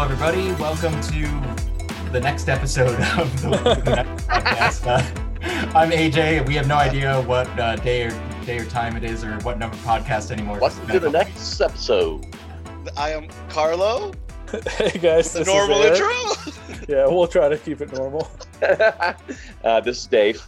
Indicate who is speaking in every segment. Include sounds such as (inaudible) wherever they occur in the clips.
Speaker 1: everybody. Welcome to the next episode (laughs) of the, the next podcast. Uh, I'm AJ. and We have no idea what uh, day or day or time it is, or what number podcast anymore.
Speaker 2: Welcome to the next episode.
Speaker 3: I am Carlo.
Speaker 4: Hey guys,
Speaker 3: The
Speaker 4: this
Speaker 3: normal
Speaker 4: is
Speaker 3: intro.
Speaker 4: Eric. Yeah, we'll try to keep it normal.
Speaker 2: (laughs) uh, this is Dave.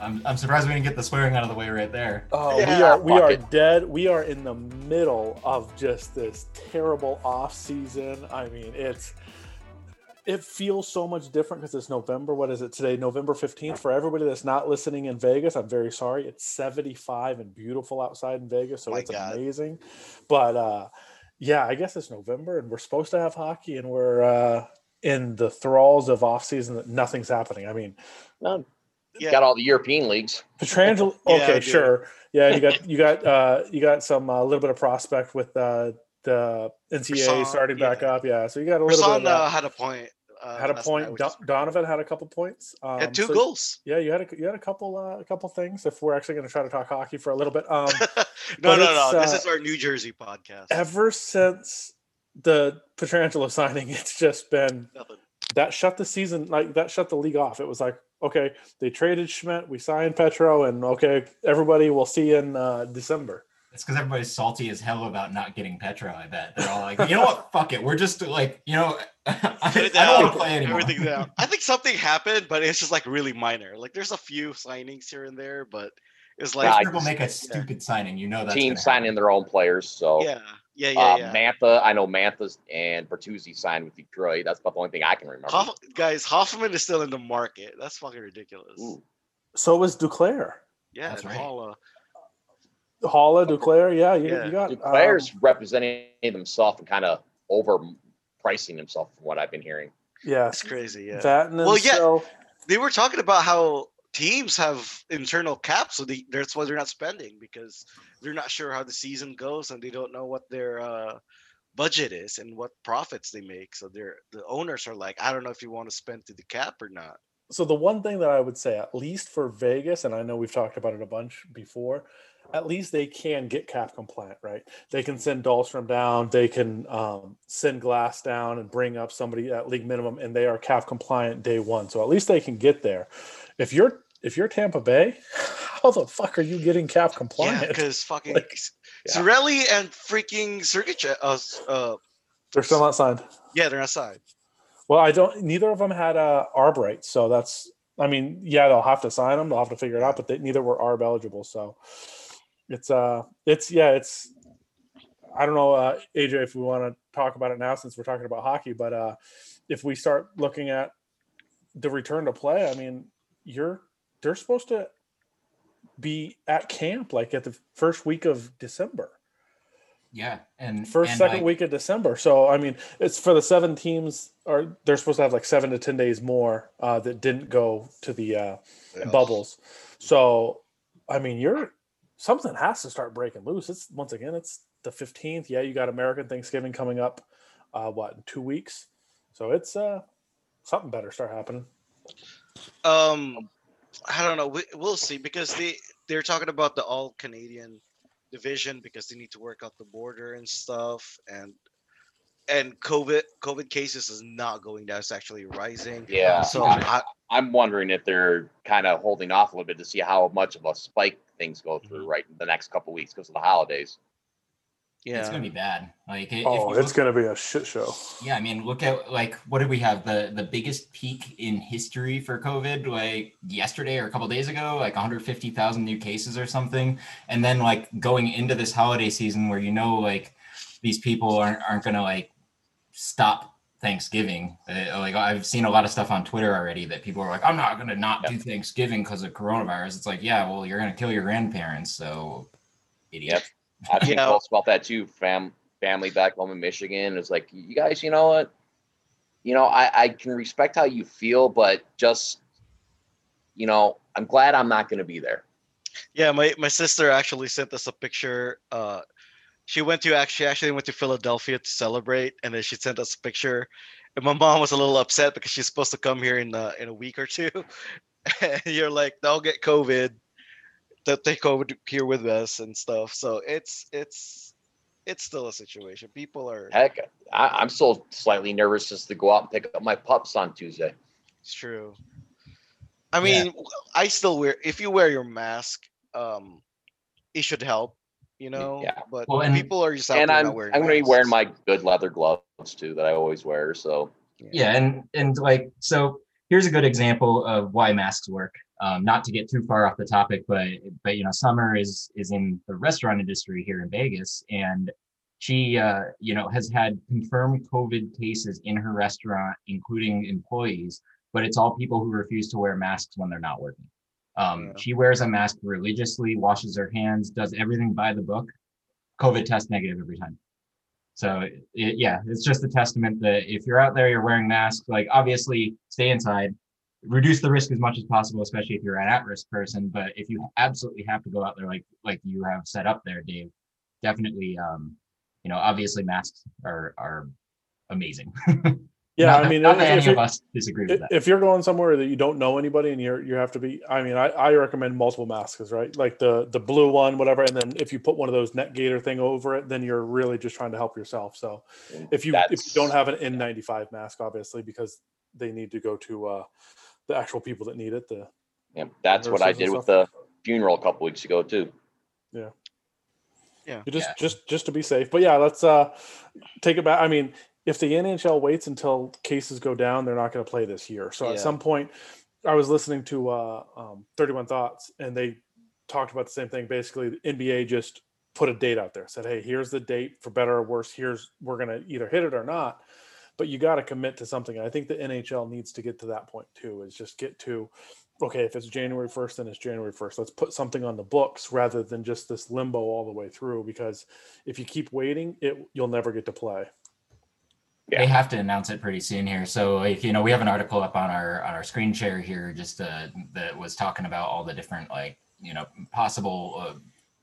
Speaker 1: I'm, I'm surprised we didn't get the swearing out of the way right there.
Speaker 4: (laughs) Oh, we
Speaker 3: Yeah,
Speaker 4: are we
Speaker 2: fuck
Speaker 4: are
Speaker 2: it.
Speaker 4: dead. We are in the middle of just this terrible off season. I mean, it's it feels so much different because it's November. What is it today? November fifteenth. For everybody that's not listening in Vegas, I'm very sorry. It's 75 and beautiful outside in Vegas, so
Speaker 3: My
Speaker 4: it's
Speaker 3: God.
Speaker 4: amazing. But uh, yeah, I guess it's November and we're supposed to have hockey, and we're uh, in the thralls of off season that nothing's happening. I mean.
Speaker 2: No,
Speaker 3: Yeah.
Speaker 2: Got all the European leagues.
Speaker 3: (laughs)
Speaker 4: Petrangelo.
Speaker 3: Yeah,
Speaker 4: Okay,
Speaker 3: dude.
Speaker 4: sure. Yeah, you got you got uh you got some a little bit of prospect with uh the NCAA
Speaker 3: Rasan,
Speaker 4: starting back
Speaker 3: yeah.
Speaker 4: up. Yeah, so you got a little
Speaker 3: Rasan
Speaker 4: bit. Of
Speaker 3: uh,
Speaker 4: that.
Speaker 3: had a point. Uh,
Speaker 4: had a
Speaker 3: last night,
Speaker 4: point.
Speaker 3: which is-
Speaker 4: Do- Donovan had a couple points. Um,
Speaker 3: had two
Speaker 4: so-
Speaker 3: goals. (laughs)
Speaker 4: Yeah, you had a you had a couple uh, a couple things. If we're actually going to try to talk hockey for a little bit,
Speaker 3: (laughs)
Speaker 4: um,
Speaker 3: no,
Speaker 4: but
Speaker 3: no, no.
Speaker 4: it's,
Speaker 3: this
Speaker 4: uh,
Speaker 3: is our New Jersey podcast.
Speaker 4: ever since the Petrangelo (laughs) signing, it's just been
Speaker 3: Nothing.
Speaker 4: that shut the season like that shut the league off. It was like, okay, they traded Schmidt, we signed Petro, and okay, everybody, we'll see you in uh, December.
Speaker 1: It's because everybody's salty as hell about not getting Petro. I bet they're all like, you know what? Fuck it. We're just like, you know, (laughs) I,
Speaker 3: Put
Speaker 1: I
Speaker 3: it
Speaker 1: don't want
Speaker 3: down,
Speaker 1: to play anymore.
Speaker 3: Everything's down. I think something happened, but it's just like really minor. Like there's a few signings here and there, but it's like
Speaker 2: Nah,
Speaker 1: Pittsburgh will make a stupid signing. You know that's
Speaker 2: Teams
Speaker 1: gonna
Speaker 2: signing their own players. So,
Speaker 3: yeah, yeah, yeah,
Speaker 2: uh,
Speaker 3: yeah.
Speaker 2: Mantha, I know Mantha and Bertuzzi signed with Detroit. That's about the only thing I can remember.
Speaker 3: Hoff- guys, Hoffman is still in the market. That's fucking ridiculous.
Speaker 2: Ooh.
Speaker 4: So was Duclair.
Speaker 3: Yeah,
Speaker 1: That's
Speaker 3: and
Speaker 1: right.
Speaker 3: Holla.
Speaker 4: Holla, Duclair, yeah, you,
Speaker 3: Yeah.
Speaker 4: you got
Speaker 2: Dude,
Speaker 4: um,
Speaker 2: players representing themselves and kind of overpricing themselves, from what I've been hearing.
Speaker 4: yeah,
Speaker 3: That's crazy. Yeah.
Speaker 4: that and then
Speaker 3: Well, yeah.
Speaker 4: so
Speaker 3: they were talking about how teams have internal caps, so they, that's why they're not spending because they're not sure how the season goes and they don't know what their uh, budget is and what profits they make. So they're the owners are like, I don't know if you want to spend to the cap or not.
Speaker 4: so the one thing that I would say, at least for Vegas, and I know we've talked about it a bunch before, at least they can get cap compliant, right? They can send Dahlstrom down, they can um, send Glass down and bring up somebody at league minimum, and they are cap compliant day one. So at least they can get there. If you're if you're Tampa Bay, (laughs) how the fuck are you getting cap
Speaker 3: Yeah,
Speaker 4: compliant?
Speaker 3: because fucking
Speaker 4: Like,
Speaker 3: S-
Speaker 2: yeah.
Speaker 3: Cirelli and freaking Sergich, uh, s- uh,
Speaker 4: They're still not signed.
Speaker 3: yeah, they're outside.
Speaker 4: Well, I don't. Neither of them had uh, Arbright, so that's. I mean, yeah, they'll have to sign them. They'll have to figure it out, but they, neither were Arb eligible, so it's uh, it's yeah, it's. I don't know, uh, AJ, if we want to talk about it now since we're talking about hockey, but uh, if we start looking at the return to play, I mean, you're they're supposed to be at camp like at the first week of December
Speaker 1: Yeah, and
Speaker 4: first
Speaker 1: and,
Speaker 4: second
Speaker 1: like,
Speaker 4: week of december so i mean it's for the seven teams are they're supposed to have like seven to ten days more uh that didn't go to the uh bubbles so i mean you're something has to start breaking loose it's once again it's the 15th yeah you got american thanksgiving coming up uh what in two weeks so it's uh something better start happening
Speaker 3: Um, I don't know. We, we'll see because they they're talking about the all Canadian division because they need to work out the border and stuff and and COVID COVID cases is not going down. It's actually rising.
Speaker 2: Yeah.
Speaker 3: So
Speaker 2: I-
Speaker 3: I,
Speaker 2: I'm wondering if they're kind of holding off a little bit to see how much of a spike things go through right in the next couple weeks because of the holidays.
Speaker 1: it's
Speaker 3: yeah.
Speaker 1: gonna be bad. Like, i-
Speaker 4: oh
Speaker 1: if you
Speaker 4: it's
Speaker 1: look-
Speaker 4: gonna be a shit show
Speaker 1: Yeah, I mean, look at like what did we have the the biggest peak in history for COVID like yesterday or a couple days ago, like 150,000 new cases or something, and then like going into this holiday season where you know like these people aren't aren't gonna like stop Thanksgiving. Uh, like I've seen a lot of stuff on Twitter already that people are like, I'm not gonna not do Thanksgiving because of coronavirus. It's like, yeah, well, you're gonna kill your grandparents, so idiot.
Speaker 2: Yep. I've seen
Speaker 3: Yeah.
Speaker 2: posts about that too. Fam, family back home in Michigan is like, you guys, you know what? You know, I, I can respect how you feel, but just, you know, I'm glad I'm not going to be there.
Speaker 3: Yeah, my, my sister actually sent us a picture. Uh, she went to actually actually went to Philadelphia to celebrate, and then she sent us a picture. And my mom was a little upset because she's supposed to come here in uh, in a week or two. (laughs) and you're like, they'll get COVID. They'll take COVID here with us and stuff. So it's it's it's still a situation. People are.
Speaker 2: Heck, I, I'm still slightly nervous just to go out and pick up my pups on Tuesday.
Speaker 3: It's true.
Speaker 1: Yeah.
Speaker 3: I mean, w- I still wear. If you wear your mask, um, it should help. You know.
Speaker 2: yeah.
Speaker 3: But
Speaker 1: Well, and-
Speaker 3: people are just out
Speaker 2: and
Speaker 3: there
Speaker 2: I'm
Speaker 3: not
Speaker 2: I'm
Speaker 3: wearing.
Speaker 2: going to be wearing
Speaker 3: masks.
Speaker 2: my good leather gloves too that I always wear. So
Speaker 1: yeah and and like so here's a good example of why masks work um, not to get too far off the topic but but you know summer is is in the restaurant industry here in vegas and she uh, you know has had confirmed covid cases in her restaurant including employees but it's all people who refuse to wear masks when they're not working um,
Speaker 3: Yeah.
Speaker 1: she wears a mask religiously washes her hands does everything by the book covid test negative every time so it, yeah, it's just a testament that if you're out there, you're wearing masks. Like obviously, stay inside, reduce the risk as much as possible, especially if you're an at-risk person. But if you absolutely have to go out there, like like you have set up there, Dave, definitely. Um, you know, obviously, masks are are amazing.
Speaker 4: Yeah,
Speaker 1: Not
Speaker 4: I
Speaker 1: that-
Speaker 4: mean,
Speaker 1: not that
Speaker 4: if
Speaker 1: any
Speaker 4: you're-
Speaker 1: of us disagree with
Speaker 4: if
Speaker 1: that.
Speaker 4: if you're going somewhere that you don't know anybody and you're you have to be i mean i, I recommend multiple masks right like the the blue one whatever and then if you put one of those net gator thing over it then you're really just trying to help yourself so if you if you
Speaker 2: That's-
Speaker 4: don't have an n95 mask obviously because they need to go to uh the actual people that need it the
Speaker 2: yeah, that's what I
Speaker 4: Nurses and
Speaker 2: did with the funeral a couple weeks ago too.
Speaker 4: You just
Speaker 1: Yeah.
Speaker 4: just just to be safe. But yeah, let's uh take it back. I mean, if the NHL waits until cases go down, they're not going to play this year. So
Speaker 3: Yeah.
Speaker 4: at some point, I was listening to uh, um, Thirty One Thoughts, and they talked about the same thing. Basically, the NBA just put a date out there, said, "Hey, here's the date for better or worse. Here's we're going to either hit it or not." But you got to commit to something. And I think the NHL needs to get to that point too. Is just get to okay, if it's January 1st, then it's January 1st. Let's put something on the books rather than just this limbo all the way through because if you keep waiting, it you'll never get to play.
Speaker 1: They have to announce it pretty soon here. So like, you know, we have an article up on our on our screen share here, just uh, that was talking about all the different like you know possible uh,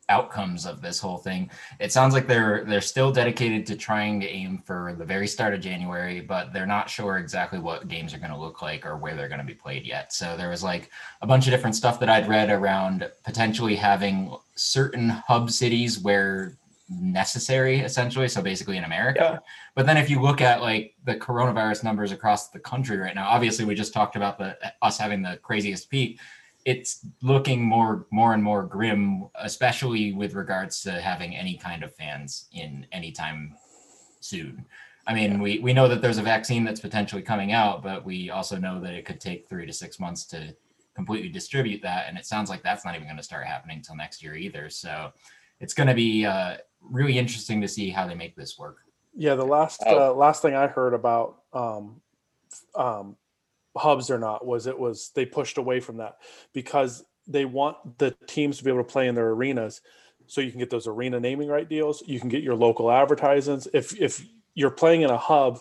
Speaker 1: outcomes of this whole thing. It sounds like they're they're still dedicated to trying to aim for the very start of January, but they're not sure exactly what games are going to look like or where they're going to be played yet. So there was like a bunch of different stuff that I'd read around potentially having certain hub cities where necessary essentially so basically in america but then if you look at like the coronavirus numbers across the country right now, obviously we just talked about the us having the craziest peak. It's looking more more and more grim, especially with regards to having any kind of fans in any time soon. I mean, we we know that there's a vaccine that's potentially coming out, but we also know that it could take three to six months to completely distribute that, and it sounds like that's not even going to start happening until next year either. So, it's going to be uh, really interesting to see how they make this work.
Speaker 4: Yeah, the last
Speaker 2: Oh.
Speaker 4: uh, last thing I heard about um, f- um, hubs or not was it was they pushed away from that because they want the teams to be able to play in their arenas, so you can get those arena naming right deals. You can get your local advertisements. If if you're playing in a hub,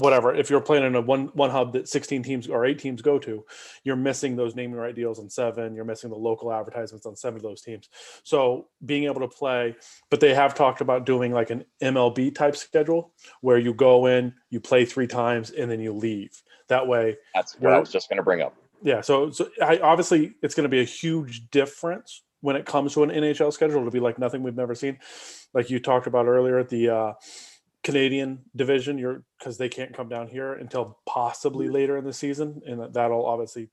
Speaker 4: whatever. If you're playing in a one one hub that 16 teams or eight teams go to, you're missing those naming right deals on seven. You're missing the local advertisements on seven of those teams. So being able to play but they have talked about doing like an MLB type schedule where you go in, you play three times, and then you leave. That way,
Speaker 2: That's what I
Speaker 4: Well-
Speaker 2: was just going to bring up.
Speaker 4: yeah. So, so I, obviously, it's going to be a huge difference when it comes to an NHL schedule. It'll be like nothing we've never seen. Like you talked about earlier, the uh, Canadian division, you're because they can't come down here until possibly later in the season, and that- that'll obviously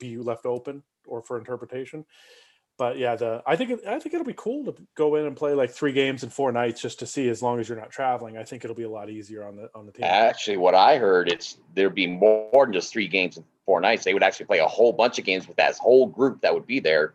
Speaker 4: be left open or for interpretation. But yeah, the I think it, I think it'll be cool to go in and play like three games in four nights just to see. As long as you're not traveling, I think it'll be a lot easier on the on the team.
Speaker 2: Actually, what I heard it's there'd be more than just three games in four nights. They would actually play a whole bunch of games with that whole group that would be there,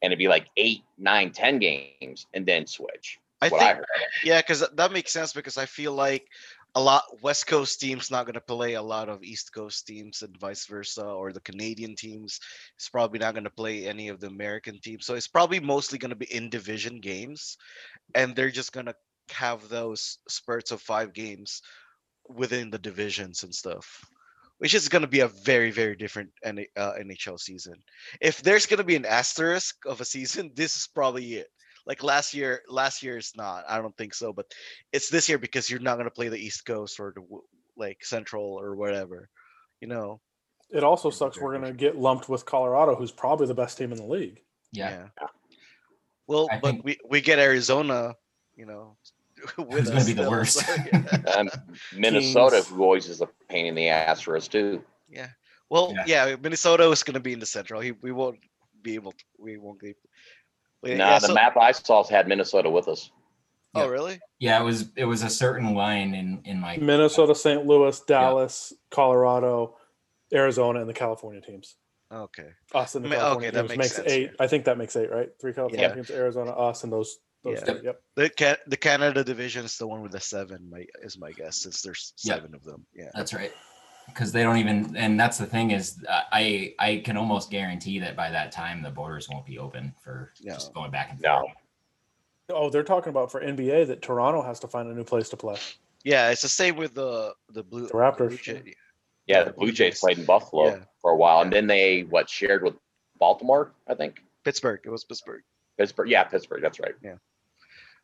Speaker 2: and it'd be like eight, nine, ten games, and then switch.
Speaker 3: I
Speaker 2: what I
Speaker 3: think
Speaker 2: heard.
Speaker 3: yeah, because that makes sense. Because I feel like a lot West Coast teams not going to play a lot of East Coast teams and vice versa, or the Canadian teams is probably not going to play any of the American teams. So it's probably mostly going to be in division games, and they're just going to have those spurts of five games within the divisions and stuff. Which is going to be a very, very different N- uh, NHL season. If there's going to be an asterisk of a season, (laughs) this is probably it like last year last year is not i don't think so but it's this year because you're not going to play the east coast or the, w- like central or whatever you know
Speaker 4: It also sucks. We're gonna get lumped with Colorado, who's probably the best team in the league.
Speaker 1: Yeah.
Speaker 3: well
Speaker 1: I
Speaker 3: but
Speaker 1: think-
Speaker 3: we, we get arizona you know,
Speaker 1: Who's
Speaker 3: (laughs) with
Speaker 1: gonna
Speaker 3: us
Speaker 1: be the
Speaker 3: still,
Speaker 1: worst?
Speaker 3: so, yeah.
Speaker 1: (laughs)
Speaker 2: And um, Minnesota,
Speaker 4: Kings.
Speaker 2: who always is a pain in the ass for us too.
Speaker 3: Well,
Speaker 1: Yeah.
Speaker 3: yeah, Minnesota is going to be in the Central. He, we won't be able. To, we won't be.
Speaker 2: Nah,
Speaker 3: Wait, yeah,
Speaker 2: the
Speaker 3: so-
Speaker 2: map I saw had Minnesota with us.
Speaker 3: Oh,
Speaker 1: yeah.
Speaker 3: really?
Speaker 1: Yeah, it was it was a certain line in in like
Speaker 4: Minnesota, St. Louis, Dallas, Colorado, Arizona, and the California teams.
Speaker 3: Okay.
Speaker 4: Us and the
Speaker 3: Ma- okay,
Speaker 4: California
Speaker 3: that
Speaker 4: teams
Speaker 3: makes
Speaker 4: makes,
Speaker 3: sense,
Speaker 4: eight.
Speaker 3: yeah.
Speaker 4: I think that makes eight, right? Three California
Speaker 3: Yeah.
Speaker 4: teams, Arizona, us, and those. those
Speaker 3: Yeah.
Speaker 4: three. Yep.
Speaker 3: The Can- the Canada division is the one with the seven. My is my guess since there's
Speaker 1: Yeah.
Speaker 3: seven of them. Yeah.
Speaker 1: That's right. Because they don't even, and that's the thing is, uh, I I can almost guarantee that by that time the borders won't be open for
Speaker 3: No.
Speaker 1: just going back and
Speaker 2: No.
Speaker 1: forth.
Speaker 4: Oh, they're talking about for NBA that Toronto has to find a new place to play.
Speaker 3: Yeah, it's the same with the the blue
Speaker 4: The Raptors.
Speaker 3: Blue Jay-
Speaker 2: Yeah, the Blue Jays played in Buffalo
Speaker 3: Yeah.
Speaker 2: for a while, and then they what shared with Baltimore, I think.
Speaker 3: Pittsburgh. It was Pittsburgh.
Speaker 2: Pittsburgh, yeah, Pittsburgh. That's right.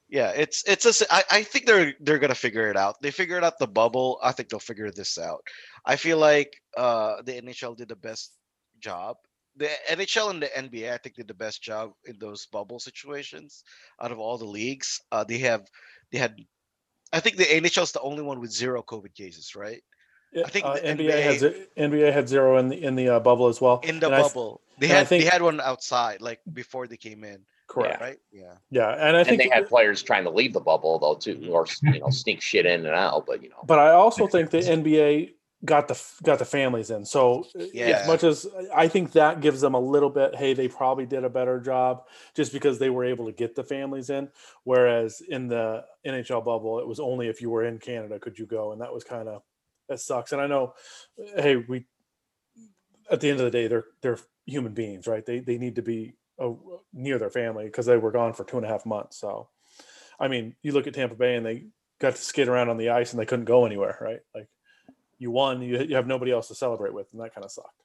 Speaker 3: Yeah, it's it's a s I I think they're they're gonna figure it out. They figured out the bubble. I think they'll figure this out. I feel like uh the NHL did the best job. The NHL and the NBA, I think, did the best job in those bubble situations out of all the leagues. Uh they have they had I think the NHL is the only one with zero COVID cases, right?
Speaker 4: I
Speaker 3: think
Speaker 4: think uh,
Speaker 3: the
Speaker 4: NBA,
Speaker 3: NBA
Speaker 4: has NBA had zero in the in the uh, bubble as well.
Speaker 3: In the
Speaker 4: And I th-
Speaker 3: bubble. they
Speaker 4: and I
Speaker 3: had they
Speaker 4: think-
Speaker 3: had one outside, like before they came in.
Speaker 4: correct.
Speaker 3: Right? Yeah.
Speaker 4: Yeah, and I
Speaker 2: and
Speaker 4: think Mm-hmm.
Speaker 2: they had players trying to leave the bubble though too, or you know, sneak shit in and out. But you know,
Speaker 4: But I also think the
Speaker 1: Yes.
Speaker 4: NBA got the got the families in. So uh,
Speaker 3: Yeah.
Speaker 4: as much as I think that gives them a little bit, hey, they probably did a better job just because they were able to get the families in. Whereas in the NHL bubble, it was only if you were in Canada could you go, and that was kind of that sucks. And I know, uh, hey, we at the end of the day, they're they're human beings, right? They they need to be uh, near their family because they were gone for two and a half months. So, I mean, you look at Tampa Bay and they got to skid around on the ice and they couldn't go anywhere, right? Like you won, you, you have nobody else to celebrate with, and that kind of sucked.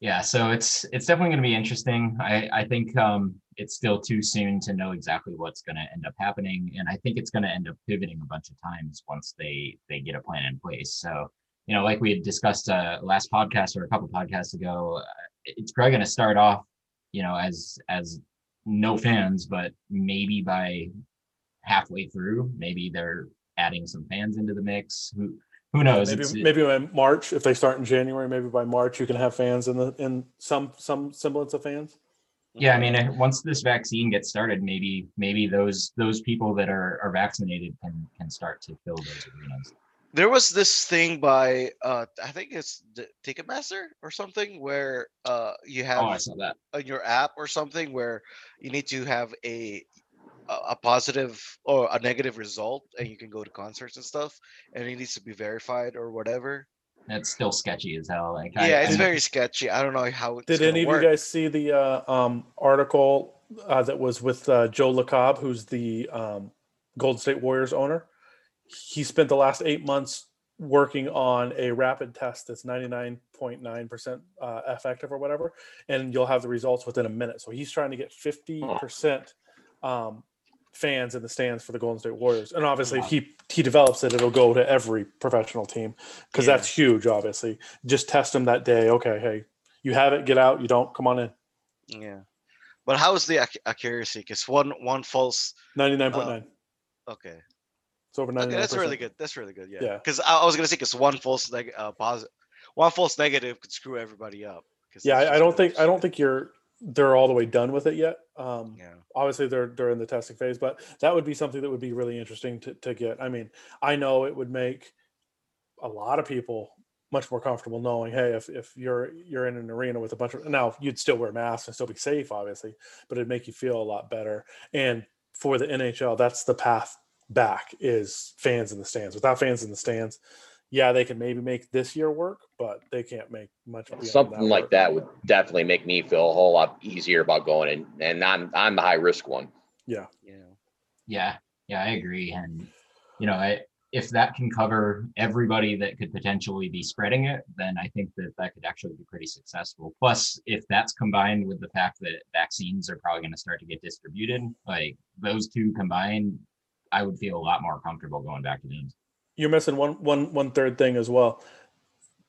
Speaker 1: Yeah, so it's it's definitely going to be interesting. I I think um, it's still too soon to know exactly what's going to end up happening, and I think it's going to end up pivoting a bunch of times once they they get a plan in place. So you know, like we had discussed uh, last podcast or a couple podcasts ago, uh, it's probably going to start off, you know, as as no fans, but maybe by halfway through, maybe they're adding some fans into the mix. Who who knows?
Speaker 4: Maybe
Speaker 1: It's-
Speaker 4: maybe by March, if they start in January, maybe by March you can have fans in the in some some semblance of fans.
Speaker 1: Yeah, I mean, uh, once this vaccine gets started, maybe maybe those those people that are are vaccinated can can start to fill those arenas.
Speaker 3: there was this thing by uh I think it's the Ticketmaster or something where uh you have
Speaker 1: Oh, I saw that.
Speaker 3: on your app or something where you need to have a a a positive or a negative result and you can go to concerts and stuff and it needs to be verified or whatever.
Speaker 1: That's still sketchy as hell. Like, I-
Speaker 3: yeah,
Speaker 1: I
Speaker 3: it's
Speaker 1: mean,
Speaker 3: very sketchy. I don't know how it's
Speaker 4: Did
Speaker 3: gonna
Speaker 4: any of
Speaker 3: work.
Speaker 4: you guys see the uh, um, article uh, that was with uh, Joe LaCobb, who's the um, Golden State Warriors owner? He spent the last eight months working on a rapid test that's 99.9% uh, effective or whatever, and you'll have the results within a minute. So he's trying to
Speaker 3: Oh.
Speaker 4: get 50% um, fans in the stands for the Golden State Warriors. And obviously, if he, he develops it, it'll go to every professional team because
Speaker 3: Yeah.
Speaker 4: that's huge, obviously. Just test them that day. Okay, hey, you have it, get out. You don't, come on in.
Speaker 3: Yeah. But how is the ac- accuracy? Because one one false
Speaker 4: 99.9.
Speaker 3: okay.
Speaker 4: it's over 99%.
Speaker 3: Oh. Okay, that's really good. That's really good. Yeah.
Speaker 4: Yeah.
Speaker 3: Because I, I was gonna say, because one false neg- uh, positive, one false negative could screw everybody up. 'cause
Speaker 4: Yeah,
Speaker 3: it's
Speaker 4: I, I
Speaker 3: just
Speaker 4: don't think I don't
Speaker 3: bullshit.
Speaker 4: think you're they're all the way done with it yet. Um
Speaker 3: Yeah.
Speaker 4: obviously they're they're in the testing phase, but that would be something that would be really interesting to, to get. I mean, I know it would make a lot of people much more comfortable knowing, hey, if, if you're you're in an arena with a bunch of now you'd still wear masks and still be safe, obviously, but it'd make you feel a lot better. And for the NHL, that's the path back is fans in the stands. Without fans in the stands, yeah, they can maybe make this year work, but they can't make much beyond
Speaker 2: something like
Speaker 4: work.
Speaker 2: that would definitely make me feel a whole lot easier about going in. And I'm I'm the high risk one.
Speaker 3: Yeah.
Speaker 1: yeah, yeah, I agree. And you know, I, if that can cover everybody that could potentially be spreading it, then I think that that could actually be pretty successful. Plus, if that's combined with the fact that vaccines are probably going to start to get distributed, like those two combined, I would feel a lot more comfortable going back to games.
Speaker 4: you're missing one one one third thing as well.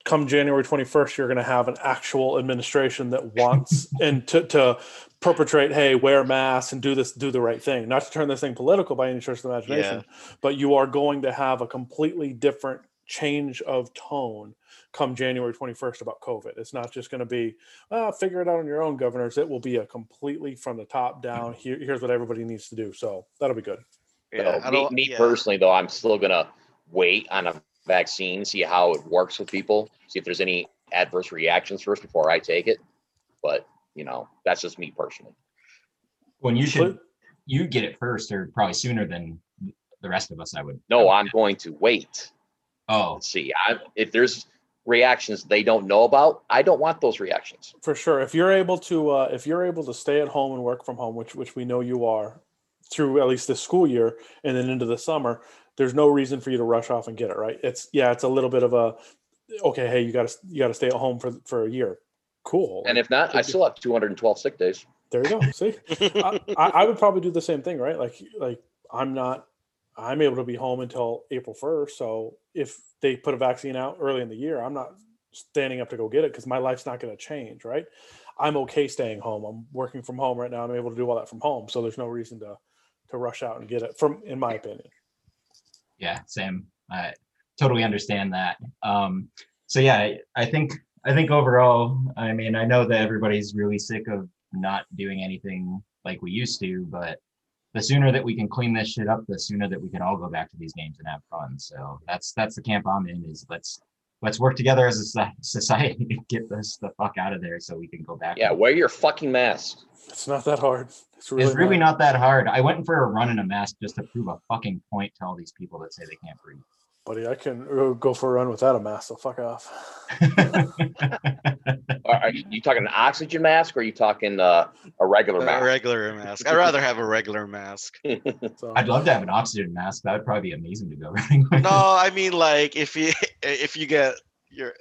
Speaker 4: come January 21st, you're going to have an actual administration that wants and to, to perpetrate, hey, wear masks and do this, do the right thing. Not to turn this thing political by any stretch of the imagination, but you are going to have a completely different change of tone come January 21st about COVID. It's not just going to be, ah, figure it out on your own, governors. It will be a completely from the top down. Here, here's what everybody needs to do. So that'll be good.
Speaker 3: Yeah, I
Speaker 2: me,
Speaker 3: don't-
Speaker 2: me
Speaker 3: yeah.
Speaker 2: personally, though, I'm still gonna wait on a vaccine, see how it works with people, see if there's any adverse reactions first before I take it. But you know, that's just me personally.
Speaker 1: When you
Speaker 4: But-
Speaker 1: should you get it first, or probably sooner than the rest of us. I would.
Speaker 2: No, I'm going to wait
Speaker 1: Oh,
Speaker 2: and see. I, if there's reactions they don't know about, I don't want those reactions.
Speaker 4: for sure if you're able to uh, if you're able to stay at home and work from home which which we know you are through at least this school year and then into the summer there's no reason for you to rush off and get it right it's yeah it's a little bit of a okay hey you gotta you gotta stay at home for for a year cool
Speaker 2: And if not, I still have 212 sick days.
Speaker 4: there you go see I, I I would probably do the same thing right like like i'm not i'm able to be home until april 1st so if they put a vaccine out early in the year i'm not standing up to go get it because my life's not going to change right i'm okay staying home i'm working from home right now i'm able to do all that from home so there's no reason to to rush out and get it from in my opinion
Speaker 1: yeah, Sam, I totally understand that. Um, so yeah, I, I think I think overall, I mean, I know that everybody's really sick of not doing anything like we used to, but the sooner that we can clean this shit up, the sooner that we can all go back to these games and have fun. So that's that's the camp I'm in. Is let's let's work together as a soci- (laughs) society to get this the fuck out of there so we can go back.
Speaker 2: Yeah, wear your fucking mask.
Speaker 4: it's not that hard it's really,
Speaker 1: It's really
Speaker 4: not,
Speaker 1: not that hard. I went for a run in a mask just to prove a fucking point to all these people that say they can't breathe.
Speaker 4: buddy i can uh, go for a run without a mask so fuck (laughs) off
Speaker 2: Are, are you you talking an oxygen mask or are you talking uh, a regular
Speaker 3: a
Speaker 2: mask?
Speaker 3: regular mask. I'd rather have a regular mask.
Speaker 2: (laughs)
Speaker 4: so
Speaker 1: I'd love to have an oxygen mask. That would probably be amazing to go (laughs) running with.
Speaker 3: No, I mean like if you (laughs) if you get you're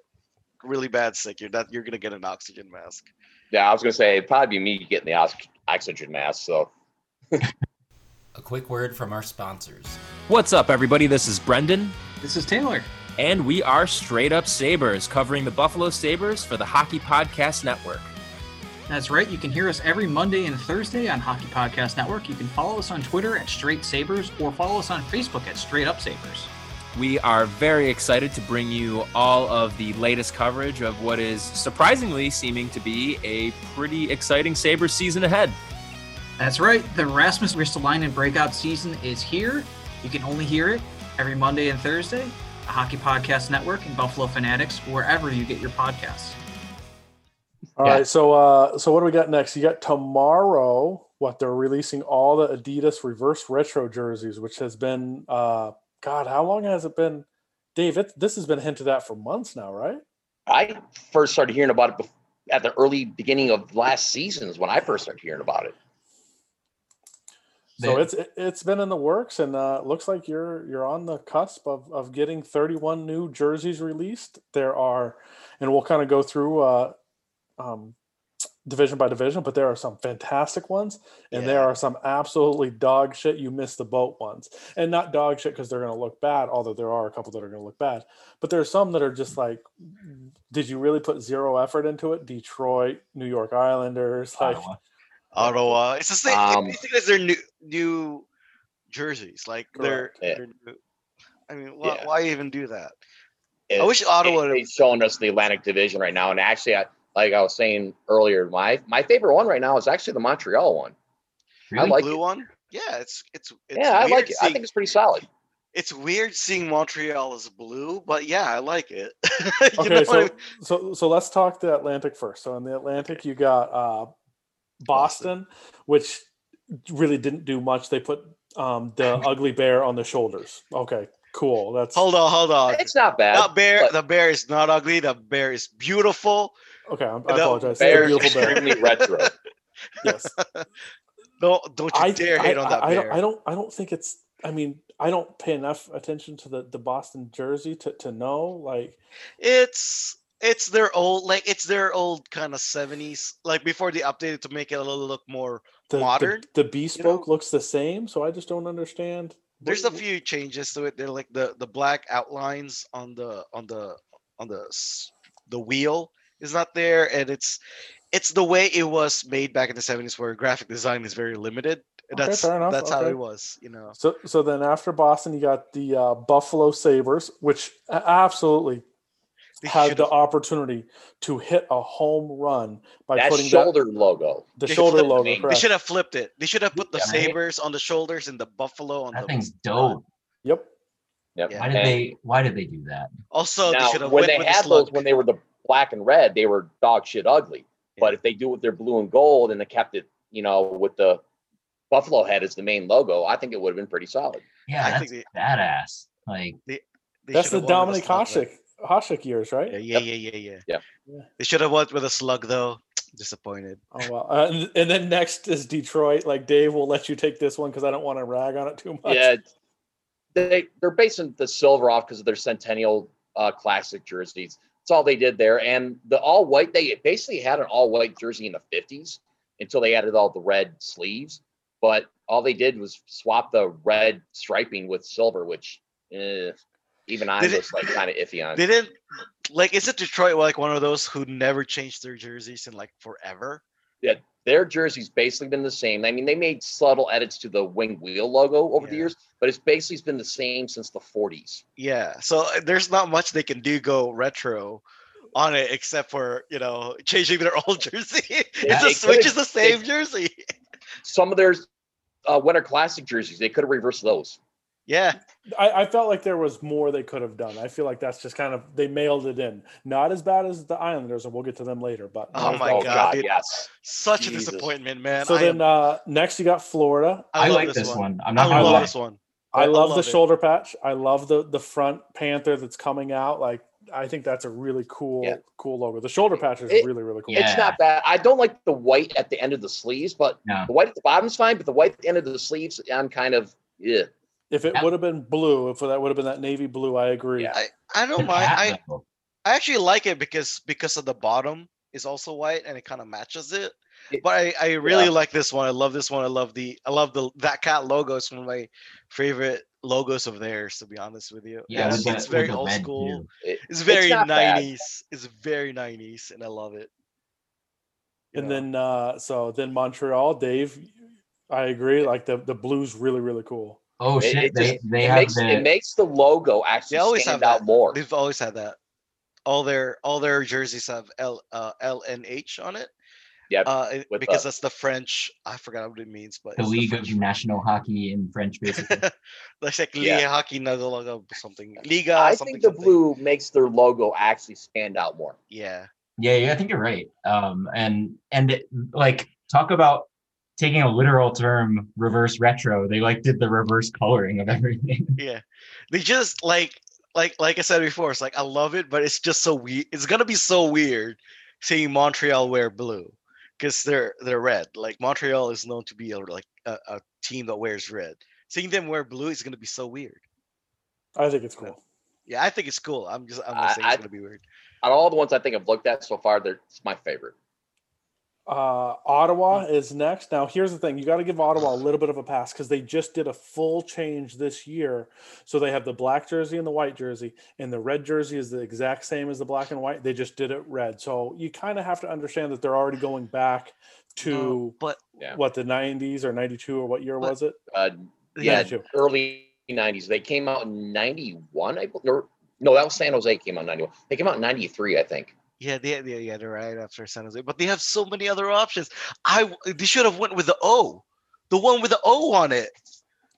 Speaker 3: really bad sick, you're not you're gonna get an oxygen mask.
Speaker 2: Yeah, I was gonna say it'd probably be me getting the ox- oxygen mask. So
Speaker 5: A quick word from our sponsors.
Speaker 6: What's up, everybody? This is Brendan,
Speaker 7: This is Taylor.
Speaker 6: and we are Straight Up Sabres, covering the Buffalo Sabres for the Hockey Podcast Network.
Speaker 7: That's right. You can hear us every Monday and Thursday on Hockey Podcast Network. You can follow us on Twitter at Straight Sabers or follow us on Facebook at Straight Up Sabers.
Speaker 6: We are very excited to bring you all of the latest coverage of what is surprisingly seeming to be a pretty exciting Sabres season ahead.
Speaker 7: That's right. The Rasmus Ristolainen breakout season is here. You can only hear it every Monday and Thursday. The Hockey Podcast Network and Buffalo Fanatics, wherever you get your podcasts.
Speaker 4: All right,
Speaker 1: Yeah.
Speaker 4: so uh, so what do we got next? You got tomorrow. What they're releasing all the Adidas reverse retro jerseys, which has been uh, God, how long has it been, Dave? It, this has been hinted at for months now, right?
Speaker 2: I first started hearing about it bef- at the early beginning of last season is when I first started hearing about it.
Speaker 4: So
Speaker 1: The-
Speaker 4: it's it, it's been in the works, and uh, it looks like you're you're on the cusp of of getting 31 new jerseys released. There are, and we'll kind of go through uh, um, division by division, but there are some fantastic ones, and there
Speaker 3: Yeah.
Speaker 4: are some absolutely dog shit. You missed the boat ones, and not dog shit because they're going to look bad. Although there are a couple that are going to look bad, but there are some that are just like, did you really put zero effort into it? Detroit, New York Islanders, like.
Speaker 1: Ottawa.
Speaker 3: Ottawa. uh, It's the same.
Speaker 2: Um,
Speaker 3: it's basically their new new jerseys. Like they're,
Speaker 2: Correct. Yeah.
Speaker 3: they're new. I mean, why,
Speaker 2: Yeah.
Speaker 3: why even do that?
Speaker 2: It-
Speaker 3: I wish
Speaker 2: it-
Speaker 3: Ottawa. would've-
Speaker 2: it's showing us the Atlantic Division right now, and actually, I, like I was saying earlier, my my favorite one right now is actually the Montreal one.
Speaker 1: Really?
Speaker 2: I like
Speaker 3: blue
Speaker 2: it.
Speaker 3: one. Yeah, it's it's, it's
Speaker 2: yeah, I
Speaker 3: weird
Speaker 2: like it. I
Speaker 3: seeing-
Speaker 2: think it's pretty solid.
Speaker 3: it's weird seeing Montreal as blue, but yeah, I like it. (laughs) You know
Speaker 4: Okay,
Speaker 3: what I
Speaker 4: so,
Speaker 3: mean?
Speaker 4: so so let's talk the Atlantic first. So in the Atlantic, you got uh, Boston, which really didn't do much. They put um,
Speaker 3: (laughs)
Speaker 4: the ugly bear on the shoulders. Okay, cool. That's
Speaker 3: hold on, hold on.
Speaker 2: It's not bad.
Speaker 3: Not bear.
Speaker 2: but-
Speaker 3: the bear is not ugly. The bear is beautiful.
Speaker 4: okay. I, I
Speaker 3: the
Speaker 4: apologize. It's a
Speaker 2: Bears
Speaker 4: beautiful
Speaker 3: (laughs)
Speaker 4: bear.
Speaker 2: extremely retro.
Speaker 4: Yes.
Speaker 3: No, don't you
Speaker 4: I
Speaker 3: dare hate
Speaker 4: I,
Speaker 3: on that
Speaker 4: I, I
Speaker 3: bear.
Speaker 4: don't. I don't. I don't think it's. I mean, I don't pay enough attention to the the Boston jersey to to know like.
Speaker 3: it's it's their old like it's their old kind of 70s like before they updated to make it a little look more
Speaker 4: The,
Speaker 3: Modern,
Speaker 4: the, the bespoke looks the same, so I just don't understand.
Speaker 3: there's a
Speaker 4: what-
Speaker 3: few changes to it they're like the the black outlines on the on the on the s- the wheel is not there, and it's it's the way it was made back in the '70s, where graphic design is very limited.
Speaker 4: Okay,
Speaker 3: That's
Speaker 4: fair enough,
Speaker 3: that's how
Speaker 4: okay.
Speaker 3: it was, you know.
Speaker 4: So, so then after Boston, you got the uh, Buffalo Sabers, which a- absolutely
Speaker 3: They
Speaker 4: had
Speaker 3: should've-
Speaker 4: the opportunity to hit a home run by
Speaker 2: That
Speaker 4: putting
Speaker 2: shoulder logo.
Speaker 4: that, the
Speaker 3: they
Speaker 4: shoulder
Speaker 3: should've-
Speaker 4: logo.
Speaker 2: they
Speaker 3: They
Speaker 4: Correct.
Speaker 3: should have flipped it. They should have put the
Speaker 1: Yeah, right.
Speaker 3: sabers on the shoulders and the buffalo on
Speaker 1: That
Speaker 3: the.
Speaker 1: thing's dope.
Speaker 4: Yep.
Speaker 2: Yep.
Speaker 3: Yeah.
Speaker 1: Why did
Speaker 2: And
Speaker 1: they? Why did they do that?
Speaker 3: Also, they
Speaker 2: now,
Speaker 3: should have
Speaker 2: when
Speaker 3: went
Speaker 2: they
Speaker 3: with the
Speaker 2: had those,
Speaker 3: slug.
Speaker 2: when they were the black and red, they were dog shit ugly. But
Speaker 3: Yeah.
Speaker 2: if they do with their blue and gold and they kept it, you know, with the buffalo head as the main logo, I think it would have been pretty solid.
Speaker 1: Yeah,
Speaker 3: I
Speaker 1: that's
Speaker 3: think they,
Speaker 1: badass. Like,
Speaker 3: they
Speaker 4: That's the
Speaker 3: should've won
Speaker 4: Dominic
Speaker 3: with a slug, though.
Speaker 4: Hasek Hasek years, right?
Speaker 3: Yeah, yeah, yeah, yeah, yeah.
Speaker 2: Yep.
Speaker 4: Yeah.
Speaker 3: They should have went with a slug though. Disappointed.
Speaker 4: Oh well. Uh, and, and then next is Detroit. Like Dave, we'll let you take this one because I don't want to rag on it too much.
Speaker 2: Yeah, they they're basing the silver off because of their centennial uh, classic jerseys. That's all they did there, and the all white. They basically had an all white jersey in the fifties until they added all the red sleeves. But all they did was swap the red striping with silver, which eh, even I
Speaker 3: Did it-
Speaker 2: was like kind of iffy on.
Speaker 3: They didn't like. Is it Detroit like one of those who never changed their jerseys in like forever?
Speaker 2: their jerseys basically been the same. I mean, they made subtle edits to the wing wheel logo over the
Speaker 3: Yeah.
Speaker 2: years, but it's basically been the same since the forties.
Speaker 3: Yeah. So uh, there's not much they can do go retro on it except for you know changing their (laughs) old jersey.
Speaker 2: Yeah,
Speaker 3: it's a
Speaker 2: they
Speaker 3: switch
Speaker 2: could've-
Speaker 3: is the same jersey. (laughs)
Speaker 2: Some of their uh, winter classic jerseys, they could have reversed those.
Speaker 3: Yeah.
Speaker 4: I, I felt like there was more they could have done. I feel like that's just kind of they mailed it in. Not as bad as the Islanders, and we'll get to them later. But
Speaker 3: Oh my
Speaker 2: oh
Speaker 3: God,
Speaker 2: God,
Speaker 3: dude.
Speaker 2: yes.
Speaker 3: Such
Speaker 2: Jesus.
Speaker 3: a disappointment, man.
Speaker 4: so
Speaker 3: I,
Speaker 4: then
Speaker 3: am-
Speaker 4: uh, next you got Florida.
Speaker 1: I,
Speaker 3: love
Speaker 1: like this one. I'm
Speaker 3: I
Speaker 1: not gonna
Speaker 3: love
Speaker 1: lie.
Speaker 3: this one.
Speaker 4: I,
Speaker 3: I
Speaker 4: love,
Speaker 3: love
Speaker 4: the
Speaker 3: it.
Speaker 4: shoulder patch. I love the the front panther that's coming out. Like I think that's a really cool
Speaker 2: Yeah.
Speaker 4: cool logo. The shoulder patch is
Speaker 2: It-
Speaker 4: really really cool.
Speaker 1: Yeah.
Speaker 2: It's not bad. I don't like the white at the end of the sleeves, but
Speaker 1: No.
Speaker 2: the white at the bottom's fine, but the white at the end of the sleeves, I'm kind of, yeah.
Speaker 4: If it
Speaker 1: Yeah.
Speaker 4: would have been blue, if that would have been that navy blue, I agree.
Speaker 2: Yeah.
Speaker 3: I don't
Speaker 1: The
Speaker 3: mind. I,
Speaker 1: hat, though.
Speaker 3: I actually like it because because of the bottom is also white and it kind of matches it.
Speaker 2: It-
Speaker 3: But I, I really
Speaker 2: yeah.
Speaker 3: like this one. I love this one. I love the I love the that cat logo. It's one of my favorite logos of theirs. To be honest with you,
Speaker 1: yeah,
Speaker 3: it's,
Speaker 1: with the-
Speaker 3: it's
Speaker 1: with
Speaker 3: very
Speaker 1: the
Speaker 3: old
Speaker 1: red,
Speaker 3: school.
Speaker 1: too.
Speaker 2: It-
Speaker 3: It's very
Speaker 2: not bad.
Speaker 3: nineties. It's very nineties, and I love it. You
Speaker 4: And
Speaker 3: know?
Speaker 4: then uh so then Montreal, Dave, I agree. Like the the blue's really really cool.
Speaker 1: Oh
Speaker 2: It-
Speaker 1: shit!
Speaker 2: it
Speaker 1: they
Speaker 2: just-
Speaker 1: they
Speaker 2: it
Speaker 1: have
Speaker 2: makes,
Speaker 1: the
Speaker 2: it makes the logo
Speaker 3: They
Speaker 2: actually
Speaker 3: always
Speaker 2: stand
Speaker 3: have
Speaker 2: out
Speaker 3: that.
Speaker 2: more.
Speaker 3: they've always had that. All their all their jerseys have L uh, LNH on it.
Speaker 2: Yep,
Speaker 3: uh, it-
Speaker 2: with
Speaker 3: because
Speaker 2: the-
Speaker 3: that's the French. I forgot what it means, but
Speaker 1: the
Speaker 3: it's
Speaker 1: League of
Speaker 3: French-
Speaker 1: National Hockey in French, basically.
Speaker 3: Looks like
Speaker 2: Yeah.
Speaker 3: Liga hockey nugget logo something. Liga.
Speaker 2: I
Speaker 3: something,
Speaker 2: think the
Speaker 3: something.
Speaker 2: blue makes their logo actually stand out more.
Speaker 3: Yeah.
Speaker 1: yeah, yeah, I think you're right. Um, and and it, like talk about taking a literal term, reverse retro. They like did the reverse coloring of (laughs) everything.
Speaker 3: Yeah. They just like like like I said before, it's like I love it, but it's just so weird. It's gonna be so weird seeing Montreal wear blue because they're they're red. Like Montreal is known to be a like a, a team that wears red. Seeing them wear blue is gonna be so weird.
Speaker 4: I think it's cool.
Speaker 3: Yeah, I think it's cool. I'm just I'm
Speaker 2: I-
Speaker 3: just saying
Speaker 2: I-
Speaker 3: it's gonna be weird.
Speaker 2: Out of all the ones I think I've looked at so far, they're it's my favorite.
Speaker 4: Uh, Ottawa is next. Now, here's the thing: you got to give Ottawa a little bit of a pass because they just did a full change this year. So they have the black jersey and the white jersey, and the red jersey is the exact same as the black and white. They just did it red. So you kind of have to understand that they're already going back
Speaker 2: Oh,
Speaker 4: to
Speaker 3: but
Speaker 2: Yeah.
Speaker 4: what the '90s or '92 or what year
Speaker 3: Oh, But-
Speaker 4: was it?
Speaker 2: Uh, yeah,
Speaker 4: 92.
Speaker 2: early 90s. They came out in 91, I believe. or- No, that was San Jose came out in 91. They came out in 93, I think.
Speaker 3: Yeah, they, they, yeah, they're right after San Jose, but they have so many other options. I w- they should have went with the O, the one with the O on it,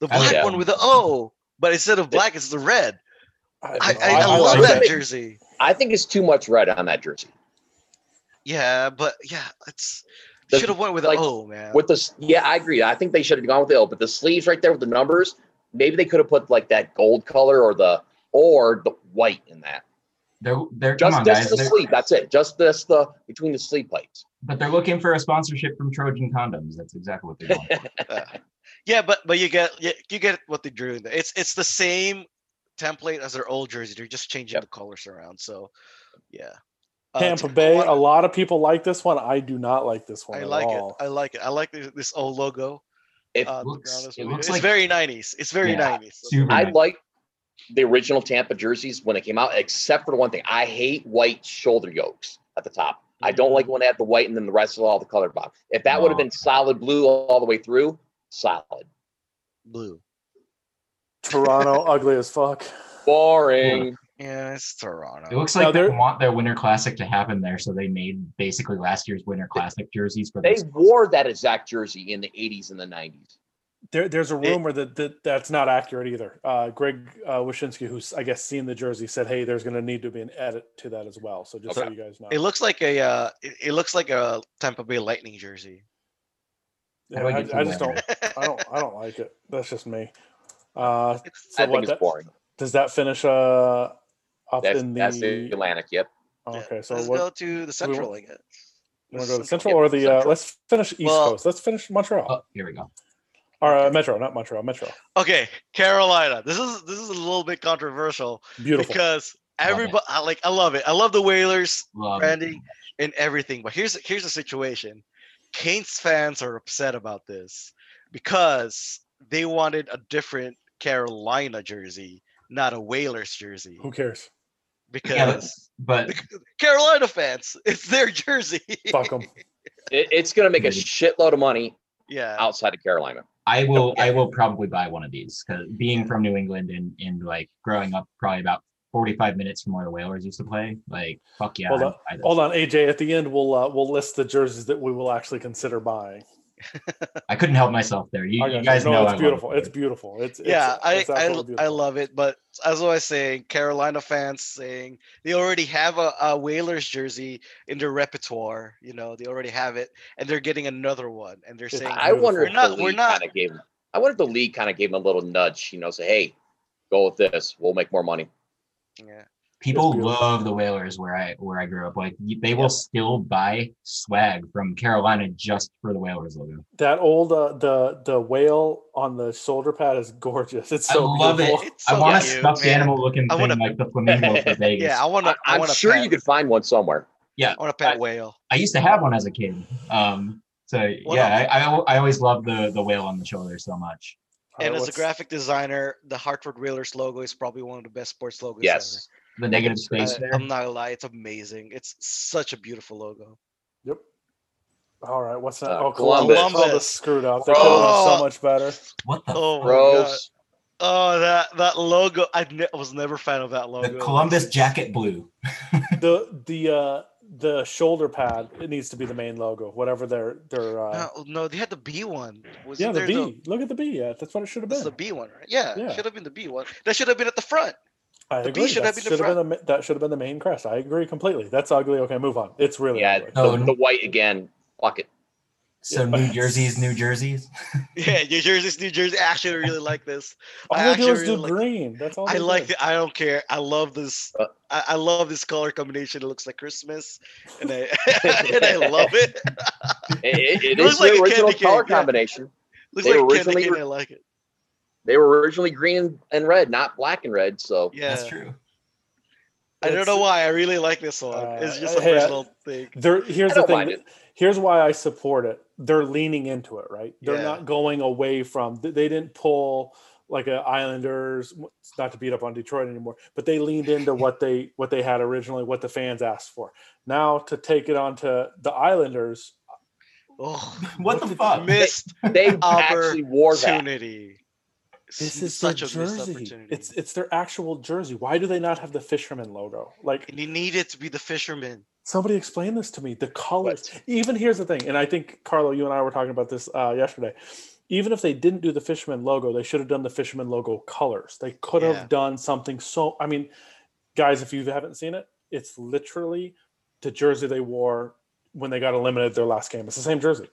Speaker 3: the
Speaker 1: I like
Speaker 3: black
Speaker 2: that
Speaker 3: one with the O. But instead of black, it's the red. I, I, I
Speaker 2: I
Speaker 3: love
Speaker 2: like
Speaker 3: that
Speaker 2: it.
Speaker 3: jersey.
Speaker 2: I think it's too much red on that jersey.
Speaker 3: Yeah, but yeah, it's
Speaker 2: The-
Speaker 3: should have went with
Speaker 2: like,
Speaker 3: the O, man.
Speaker 2: With this, yeah, I agree. I think they should have gone with the L, but the sleeves right there with the numbers, maybe they could have put like that gold color or the or the white in that.
Speaker 1: They're they're
Speaker 2: Just
Speaker 1: come on
Speaker 2: just
Speaker 1: guys.
Speaker 2: the
Speaker 1: They're-
Speaker 2: sleeve. That's it. Just this the between the sleeve plates.
Speaker 1: but they're looking for a sponsorship from Trojan Condoms. That's exactly what they're going. for.
Speaker 3: Uh, yeah, but but you get you, you get what they drew. in there. It's it's the same template as their old jersey. They're just changing
Speaker 2: Yep.
Speaker 3: the colors around. So yeah, Uh,
Speaker 4: Tampa
Speaker 3: Tampa
Speaker 4: Bay.
Speaker 3: Bay-
Speaker 4: A lot of people like this one. I do not like this one.
Speaker 3: I
Speaker 4: at
Speaker 3: like it.
Speaker 4: all.
Speaker 3: I like it. I like this, this old logo.
Speaker 2: If
Speaker 3: Uh, to be
Speaker 1: looks-
Speaker 3: honest
Speaker 1: it
Speaker 3: with you.
Speaker 1: looks
Speaker 3: it's
Speaker 1: like-
Speaker 3: very 90s. It's very
Speaker 1: Yeah,
Speaker 3: 90s.
Speaker 1: super
Speaker 2: I
Speaker 1: nice.
Speaker 2: like the original Tampa jerseys when it came out, except for one thing. I hate white shoulder yokes at the top. I don't like when they have the white and then the rest of all the color box. If that would have
Speaker 6: No.
Speaker 2: been solid blue all the way through, solid.
Speaker 3: Blue. (laughs)
Speaker 4: Toronto, ugly as fuck.
Speaker 2: Boring.
Speaker 3: Yeah, it's
Speaker 1: It
Speaker 3: Toronto.
Speaker 1: looks like
Speaker 4: No,
Speaker 1: they
Speaker 4: they're-
Speaker 1: want their Winter Classic to happen there, so they made basically last year's Winter Classic jerseys for
Speaker 2: They
Speaker 1: this.
Speaker 2: wore that exact jersey in the 80s and the 90s.
Speaker 4: There, there's a
Speaker 3: It-
Speaker 4: rumor that, that that's not accurate either. Uh, Greg uh, Wyshynski, who's I guess seen the jersey, said, "Hey, there's going to need to be an edit to that as well." So just so
Speaker 2: Okay.
Speaker 4: you guys know,
Speaker 3: It looks like a uh, it, it looks like a Tampa Bay Lightning jersey.
Speaker 1: How do I
Speaker 4: I,
Speaker 1: get
Speaker 4: I just
Speaker 1: through
Speaker 4: don't, I don't, I don't like it. That's just me. Uh, so
Speaker 2: I think
Speaker 4: what,
Speaker 2: it's
Speaker 4: that-
Speaker 2: boring.
Speaker 4: Does that finish uh, up
Speaker 2: That's,
Speaker 4: in the?
Speaker 2: that's the Atlantic. Yep.
Speaker 4: oh,
Speaker 3: Yeah,
Speaker 4: okay, so
Speaker 3: let's
Speaker 4: what?
Speaker 3: go to the Central, I guess.
Speaker 4: wanna go to the
Speaker 3: Central.
Speaker 4: Central or the? Uh,
Speaker 2: Central.
Speaker 4: let's finish East
Speaker 3: Well-
Speaker 4: Coast. Let's finish Montreal
Speaker 1: Oh, here we go.
Speaker 4: or uh, Metro, not Montreal, Metro.
Speaker 3: Okay, Carolina. This is this is a little bit controversial
Speaker 4: Beautiful.
Speaker 3: because
Speaker 1: it.
Speaker 3: everybody I like I love it. I love the Whalers
Speaker 1: Love it.
Speaker 3: branding and everything. But here's here's the situation. Canes fans are upset about this because they wanted a different Carolina jersey, not a Whalers jersey.
Speaker 4: Who cares?
Speaker 3: Because
Speaker 1: But
Speaker 3: Carolina fans, (laughs) it's their jersey.
Speaker 4: Fuck them.
Speaker 2: It, it's going to make a
Speaker 1: Mhm.
Speaker 4: Mm-hmm.
Speaker 2: shitload of money
Speaker 3: (laughs) yeah.
Speaker 2: outside of Carolina.
Speaker 1: I will I will probably buy one of these because being from New England and, and like growing up probably about 45 minutes from where the Whalers used to play, like fuck yeah.
Speaker 4: Hold
Speaker 1: I
Speaker 4: on,
Speaker 1: would buy this.
Speaker 4: Hold on, AJ. At the end, we'll uh, we'll list the jerseys that we will actually consider buying.
Speaker 1: I couldn't help myself there. You,
Speaker 4: I
Speaker 1: you
Speaker 4: got
Speaker 1: guys
Speaker 4: no,
Speaker 1: know I
Speaker 4: it's
Speaker 1: love
Speaker 4: beautiful.
Speaker 1: it.
Speaker 4: It's beautiful. It's
Speaker 3: yeah,
Speaker 4: it's-
Speaker 3: I,
Speaker 4: it's
Speaker 3: I,
Speaker 4: absolutely
Speaker 3: l- I
Speaker 4: beautiful.
Speaker 3: love it, but as I was saying, Carolina fans saying they already have a, a Whalers jersey in their repertoire. You know, they already have it, and they're getting another one, and they're
Speaker 4: It's
Speaker 3: saying,
Speaker 2: I wonder if
Speaker 3: We're not-
Speaker 2: the
Speaker 3: we're
Speaker 2: league
Speaker 3: not-
Speaker 2: kind of gave. I wonder if the league kind of gave him a little nudge, you know, say, "Hey, go with this. We'll make more money."
Speaker 3: yeah,
Speaker 1: People
Speaker 4: beautiful.
Speaker 1: love the Whalers where I where I grew up. Like y- they will still buy swag from Carolina just for the Whalers logo.
Speaker 4: that old uh, the the whale on the shoulder pad is gorgeous. It's so
Speaker 1: I love
Speaker 4: beautiful.
Speaker 1: it.
Speaker 3: It's
Speaker 1: I
Speaker 3: so
Speaker 1: want a
Speaker 3: cute,
Speaker 1: stuffed
Speaker 3: man.
Speaker 1: animal looking
Speaker 3: I
Speaker 1: thing
Speaker 3: wanna-
Speaker 1: like the
Speaker 4: (laughs)
Speaker 1: flamingo for Vegas.
Speaker 3: yeah. I want to.
Speaker 2: I,
Speaker 3: I
Speaker 2: am
Speaker 3: want to.
Speaker 2: sure
Speaker 3: pet,
Speaker 2: you could find one somewhere.
Speaker 3: I want to pet
Speaker 1: I-
Speaker 3: whale.
Speaker 1: I used to have one as a kid. Um, so
Speaker 3: What
Speaker 1: yeah, I, I al- I always loved the the whale on the shoulder so much.
Speaker 4: All
Speaker 3: And
Speaker 4: right,
Speaker 3: as a
Speaker 4: what's-
Speaker 3: graphic designer, the Hartford Whalers logo is probably one of the best sports logos.
Speaker 2: Yes.
Speaker 1: The negative
Speaker 4: Uh,
Speaker 3: ever.
Speaker 1: space
Speaker 3: I-
Speaker 1: there.
Speaker 4: um,
Speaker 3: I'm not gonna lie, it's amazing. It's such a beautiful logo.
Speaker 4: Yep. All right. What's that?
Speaker 2: Uh,
Speaker 4: oh, Columbus.
Speaker 3: Columbus.
Speaker 4: Oh, this screwed up. They could have done
Speaker 3: Oh.
Speaker 4: so much better.
Speaker 1: What the?
Speaker 3: Oh, my God.
Speaker 2: Gross.
Speaker 3: Oh, that that logo! I ne- I was never a fan of that
Speaker 1: the
Speaker 3: logo.
Speaker 1: Columbus jacket blue.
Speaker 4: The the uh, the shoulder pad. It needs to be the main logo. Whatever their their. Uh,
Speaker 3: No, no, they had the B one. Was
Speaker 4: yeah, the
Speaker 3: there
Speaker 4: B. Look at the B. Yeah, that's what it should have
Speaker 3: That's
Speaker 4: been.
Speaker 3: the B one, right? Yeah,
Speaker 4: Yeah.
Speaker 3: should have been the B one. That should have been at the front.
Speaker 4: I
Speaker 3: the B
Speaker 4: agree.
Speaker 3: should
Speaker 4: that
Speaker 3: have been the
Speaker 4: should have been the, ma- that should have been the main crest. I agree completely. That's ugly. Okay, move on. It's really
Speaker 2: Yeah,
Speaker 4: ugly.
Speaker 1: Oh,
Speaker 2: the, the white again. Fuck
Speaker 3: (laughs)
Speaker 2: it.
Speaker 1: So
Speaker 4: Yeah.
Speaker 1: New Jersey's New Jersey's.
Speaker 3: (laughs) Yeah, New Jersey's New Jersey. I actually really like this.
Speaker 4: All
Speaker 3: I
Speaker 4: they do
Speaker 3: actually
Speaker 4: is do
Speaker 3: really like-
Speaker 4: green. That's all.
Speaker 3: I
Speaker 4: they
Speaker 3: like
Speaker 4: did.
Speaker 3: it. I don't care. I love this.
Speaker 2: Uh,
Speaker 3: I, I love this color combination. It looks like Christmas, and
Speaker 2: (laughs)
Speaker 3: I and I love it.
Speaker 2: It, it, it
Speaker 3: It looks
Speaker 2: is
Speaker 3: like a
Speaker 2: the original
Speaker 3: candy cane,
Speaker 2: color
Speaker 3: yeah.
Speaker 2: combination.
Speaker 3: looks
Speaker 2: They
Speaker 3: like a
Speaker 2: originally
Speaker 3: candy cane.
Speaker 2: were-
Speaker 3: I like it.
Speaker 2: They were originally green and red, not black and red.
Speaker 3: (laughs)
Speaker 2: So
Speaker 3: Yeah,
Speaker 1: That's true.
Speaker 3: I don't
Speaker 4: It's-
Speaker 3: know why. I really like this one.
Speaker 4: Uh,
Speaker 3: it's just a
Speaker 4: hey, I-
Speaker 3: personal thing.
Speaker 4: They're here's
Speaker 2: I
Speaker 4: the
Speaker 2: don't
Speaker 4: thing.
Speaker 2: mind
Speaker 4: th- Here's why I support it. They're leaning into it, right? They're
Speaker 3: Yeah.
Speaker 4: not going away from. th- They didn't pull like a Islanders. it's Not to beat up on Detroit anymore, but they leaned into what they what they had originally, what the fans asked for. Now to take it on to the Islanders,
Speaker 3: Oh,
Speaker 1: (laughs) What the fuck?
Speaker 3: missed
Speaker 2: they actually wore that.
Speaker 3: opportunity.
Speaker 4: this
Speaker 3: S-
Speaker 4: is their jersey. It's it's their actual jersey. Why do they not have the fisherman logo? Like
Speaker 3: and you need it to be the fisherman.
Speaker 4: Somebody explain this to me. The colors. Even here's the thing, and I think Carlo, you and I were talking about this uh, yesterday. Even if they didn't do the fisherman logo, they should have done the fisherman logo colors. They could
Speaker 3: Yeah.
Speaker 4: have done something so. I mean, guys, if you haven't seen it, it's literally the jersey they wore when they got eliminated their last game. It's the same
Speaker 3: (laughs)
Speaker 4: jersey.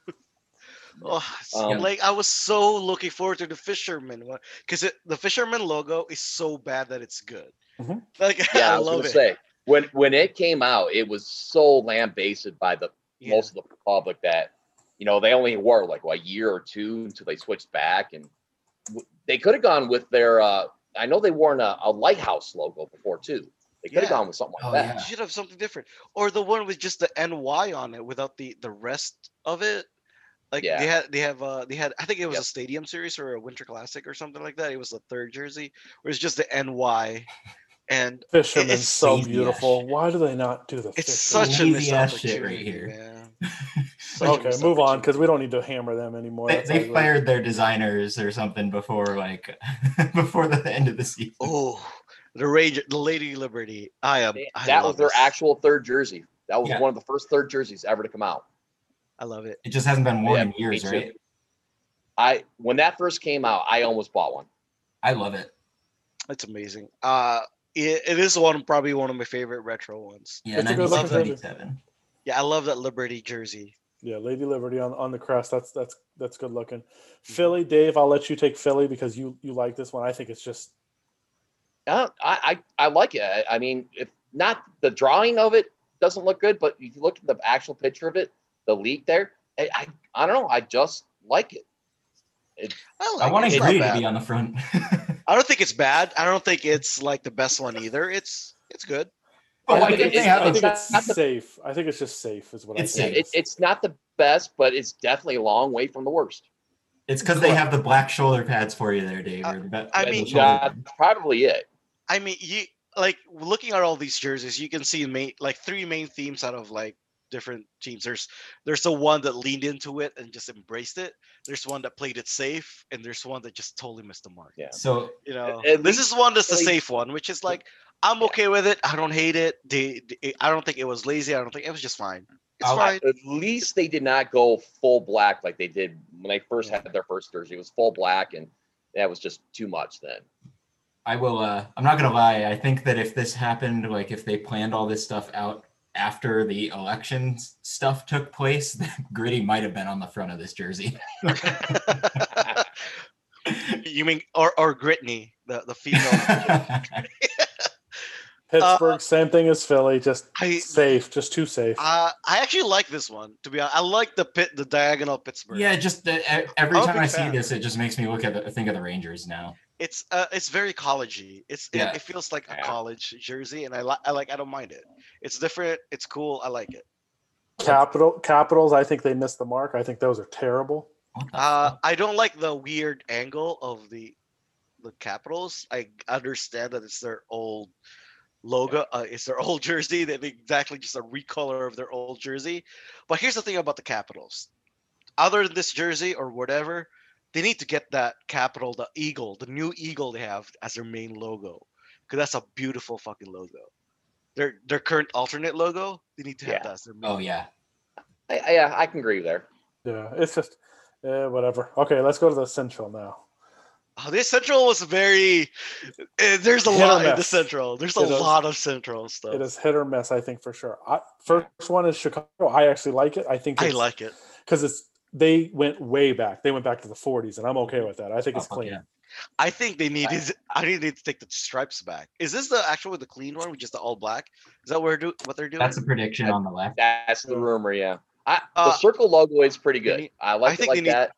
Speaker 3: Oh, s-
Speaker 2: Um,
Speaker 3: like I was so looking forward to the fisherman one because the fisherman logo is so bad that it's good.
Speaker 4: Mhm.
Speaker 3: Like
Speaker 2: Mm-hmm. (laughs)
Speaker 3: (laughs)
Speaker 2: Yeah, I,
Speaker 3: I,
Speaker 2: was
Speaker 3: love
Speaker 2: gonna
Speaker 3: it.
Speaker 2: say when when it came out, it was so lambasted by the
Speaker 3: Yeah.
Speaker 2: most of the public that you know they only were like what, a year or two until they switched back and w- they could have gone with their uh i know they wore a, a lighthouse logo before too they could have
Speaker 3: Yeah.
Speaker 2: gone with something like
Speaker 1: Oh,
Speaker 2: that
Speaker 1: yeah.
Speaker 3: You should have something different, or the one with just the NY on it without the the rest of it. Like
Speaker 2: Yeah.
Speaker 3: they had they have uh they had I think it was
Speaker 2: Yep.
Speaker 3: a stadium series or a winter classic or something like that. It was the third jersey where it's just the NY and
Speaker 4: Fisherman,
Speaker 3: It's
Speaker 4: so
Speaker 1: crazy as
Speaker 4: beautiful. Why do they not do the?
Speaker 3: it's
Speaker 4: fisherman?
Speaker 3: such a
Speaker 1: Lazy
Speaker 3: missed
Speaker 1: ass shit right
Speaker 3: opportunity,
Speaker 1: here.
Speaker 3: man. Such a
Speaker 4: Okay,
Speaker 3: missed
Speaker 4: move on
Speaker 3: opportunity.
Speaker 4: because we don't need to hammer them anymore.
Speaker 1: They,
Speaker 4: That's
Speaker 1: they
Speaker 4: ugly.
Speaker 1: fired their designers or something before like (laughs) before the end of the season.
Speaker 3: Oh, the Ranger, the Lady Liberty. I am.
Speaker 2: They-
Speaker 3: I
Speaker 2: that
Speaker 3: love
Speaker 2: was their
Speaker 3: this.
Speaker 2: actual third jersey. That was
Speaker 1: Yeah.
Speaker 2: one of the first third jerseys ever to come out.
Speaker 3: I love it.
Speaker 1: It just hasn't been worn
Speaker 2: Yeah,
Speaker 1: in years,
Speaker 2: me too.
Speaker 1: right?
Speaker 2: I when that first came out, I almost bought one.
Speaker 1: I love it.
Speaker 3: It's amazing. Uh, it, it is one probably one of my favorite retro ones.
Speaker 1: Yeah,
Speaker 4: It's a good
Speaker 1: 96,
Speaker 3: looking
Speaker 1: 97.
Speaker 3: Yeah, I love that Liberty jersey.
Speaker 4: Yeah, Lady Liberty on, on the crest. That's that's that's good looking. Philly, Dave, I'll let you take Philly because you you like this one. I think it's just
Speaker 2: Yeah, Uh, I, I, I like it. I, I mean, if not the drawing of it doesn't look good, but if you look at the actual picture of it, the leak there, I, I, I don't know. I just like it.
Speaker 3: I,
Speaker 1: I
Speaker 3: like
Speaker 1: want
Speaker 3: it.
Speaker 1: to
Speaker 3: It's not
Speaker 1: agree to
Speaker 3: bad.
Speaker 1: be on the front.
Speaker 3: I don't think it's bad. I don't think it's like the best one either. It's it's good.
Speaker 1: but why
Speaker 2: think
Speaker 1: didn't
Speaker 2: it's-
Speaker 1: they have
Speaker 4: I
Speaker 1: a
Speaker 4: think it's
Speaker 2: not the-
Speaker 4: safe. I think it's just safe is what
Speaker 1: It's
Speaker 4: I
Speaker 2: Yeah,
Speaker 4: think.
Speaker 1: safe.
Speaker 2: It, it's not the best, but it's definitely a long way from the worst.
Speaker 1: It's because they have the black shoulder pads for you there, Dave.
Speaker 3: I-
Speaker 1: or the-
Speaker 3: I
Speaker 1: the
Speaker 3: mean,
Speaker 1: shoulder
Speaker 2: that's
Speaker 1: pad.
Speaker 2: probably it.
Speaker 3: I mean, you like looking at all these jerseys, you can see main like three main themes out of like different teams. There's there's the one that leaned into it and just embraced it. There's one that played it safe, and there's one that just totally missed the mark.
Speaker 2: Yeah.
Speaker 1: so
Speaker 3: You know,
Speaker 2: at
Speaker 3: this is one that's the
Speaker 2: like-
Speaker 3: safe one, which is like I'm
Speaker 2: Yeah.
Speaker 3: okay with it. I don't hate it. They, they- I don't think it was lazy. I don't think it was just fine. It's
Speaker 1: I'll-
Speaker 3: fine.
Speaker 2: At least they did not go full black like they did when they first had their first jersey. It was full black, and that was just too much then.
Speaker 1: I will. Uh, I'm not gonna lie. I think that if this happened, like if they planned all this stuff out after the election stuff took place, (laughs) then Gritty might have been on the front of this
Speaker 3: (laughs)
Speaker 1: jersey.
Speaker 3: you mean or or Gritney, the
Speaker 1: (laughs)
Speaker 3: the female?
Speaker 4: Pittsburgh, same thing as Philly, just
Speaker 3: I
Speaker 4: safe, just too safe.
Speaker 3: uh, I actually like this one. To be honest, I like the pit the diagonal Pittsburgh.
Speaker 1: yeah, just the, e- every
Speaker 3: I'm a
Speaker 1: time
Speaker 3: big
Speaker 1: I see
Speaker 3: fan.
Speaker 1: this, it just makes me look at the, think of the Rangers now.
Speaker 3: it's uh, it's very collegey. It's
Speaker 1: Yeah.
Speaker 3: it, it feels like a
Speaker 2: Yeah.
Speaker 3: college jersey, and I like I like I don't mind it. It's different. It's cool. I like it.
Speaker 4: Capital Capitals, I think they missed the mark. I think those are terrible.
Speaker 1: What the
Speaker 3: Uh, I don't like the weird angle of the the Capitals. I understand that it's their old logo. Uh, it's their (laughs) old jersey. That they exactly just a recolor of their old jersey. But here's the thing about the Capitals. Other than this jersey or whatever, they need to get that capital, the eagle, the new eagle they have as their main logo, because that's a beautiful fucking logo. Their their current alternate logo, they need to have
Speaker 2: Yeah.
Speaker 3: that as their main
Speaker 1: Oh yeah.
Speaker 2: I, I, yeah, I can agree there.
Speaker 4: Yeah, it's just eh, whatever. Okay, let's go to the Central now.
Speaker 3: Oh, this central was very. eh, There's a
Speaker 4: Hit or
Speaker 3: lot in the
Speaker 4: miss.
Speaker 3: central. There's a
Speaker 4: It is-
Speaker 3: lot of central stuff.
Speaker 4: It is hit or miss, I think for sure. I, first one is Chicago. I actually like it. I think
Speaker 3: I
Speaker 4: it's-
Speaker 3: like it.
Speaker 4: because it's they went way back. They went back to the 40s, and I'm okay with that. I think
Speaker 1: Oh,
Speaker 4: it's
Speaker 1: fuck
Speaker 4: clean.
Speaker 1: yeah.
Speaker 3: I think they needed. I think they need to take the stripes back. Is this the actual the clean one, which is the all black? Is that where do what they're doing?
Speaker 1: That's a prediction on the left.
Speaker 2: That's the rumor, yeah. I,
Speaker 3: Uh,
Speaker 2: the circle logo is pretty
Speaker 3: they
Speaker 2: good.
Speaker 3: need-
Speaker 2: I like
Speaker 3: I
Speaker 2: it
Speaker 3: think they
Speaker 2: like
Speaker 3: need-
Speaker 2: that.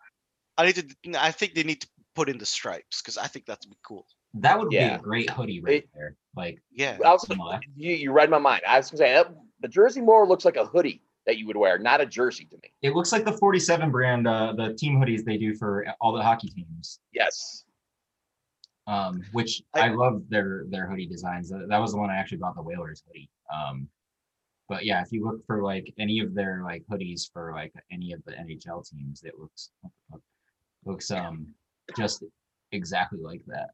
Speaker 3: I need to. n- I think they need to put in the stripes because I think that's be cool.
Speaker 1: That would be
Speaker 2: Yeah.
Speaker 1: a great hoodie right
Speaker 2: It-
Speaker 1: there. Like
Speaker 3: Yeah.
Speaker 2: I was,
Speaker 1: on the left.
Speaker 2: you, you read my mind. I was gonna say that, the jersey more looks like a hoodie that you would wear, not a jersey to me.
Speaker 1: It looks like the 47 brand, uh, the team hoodies they do for all the hockey teams.
Speaker 2: Yes.
Speaker 1: Um, which I,
Speaker 3: I-
Speaker 1: love their their hoodie designs. That, that was the one I actually bought the Whalers hoodie. Um, but yeah, if you look for like any of their like hoodies for like any of the NHL teams, it looks looks um just exactly like that.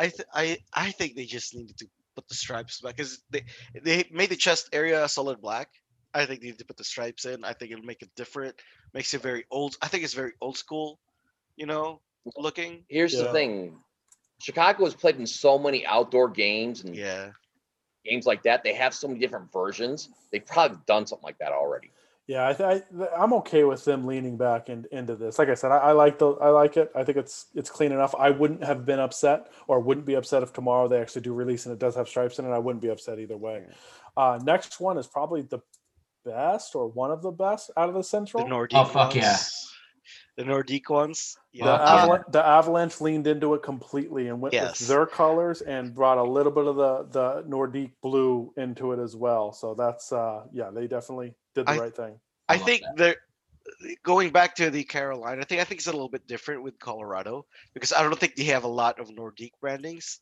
Speaker 3: I th- I I think they just needed to put the stripes back because they they made the chest area solid black. I think they need to put the stripes in. I think it'll make it different. Makes it very old. I think it's very old school, you know, looking.
Speaker 2: Here's
Speaker 4: Yeah.
Speaker 2: the thing. Chicago has played in so many outdoor games and
Speaker 3: Yeah.
Speaker 2: games like that. They have so many different versions. They've probably done something like that already.
Speaker 4: Yeah, I th- I, th- I'm okay with them leaning back in, into this. Like I said, I, I like the I like it. I think it's it's clean enough. I wouldn't have been upset or wouldn't be upset if tomorrow they actually do release and it does have stripes in it. I wouldn't be upset either way. Uh, next one is probably the best or one of the best out of the
Speaker 3: The
Speaker 4: Central.
Speaker 3: Nordic
Speaker 1: Oh, fuck yeah.
Speaker 3: ones, The Nordic ones.
Speaker 4: The,
Speaker 3: Yeah.
Speaker 1: Fuck yeah.
Speaker 4: Avalan- the Avalanche leaned into it completely and went
Speaker 3: Yes.
Speaker 4: with their colors and brought a little bit of the the Nordique blue into it as well. So that's uh yeah, they definitely did the
Speaker 3: I-
Speaker 4: right thing.
Speaker 1: I
Speaker 3: I
Speaker 1: love
Speaker 3: think they're going back to the Carolina thing, I think it's a little bit different with Colorado because I don't think they have a lot of Nordique brandings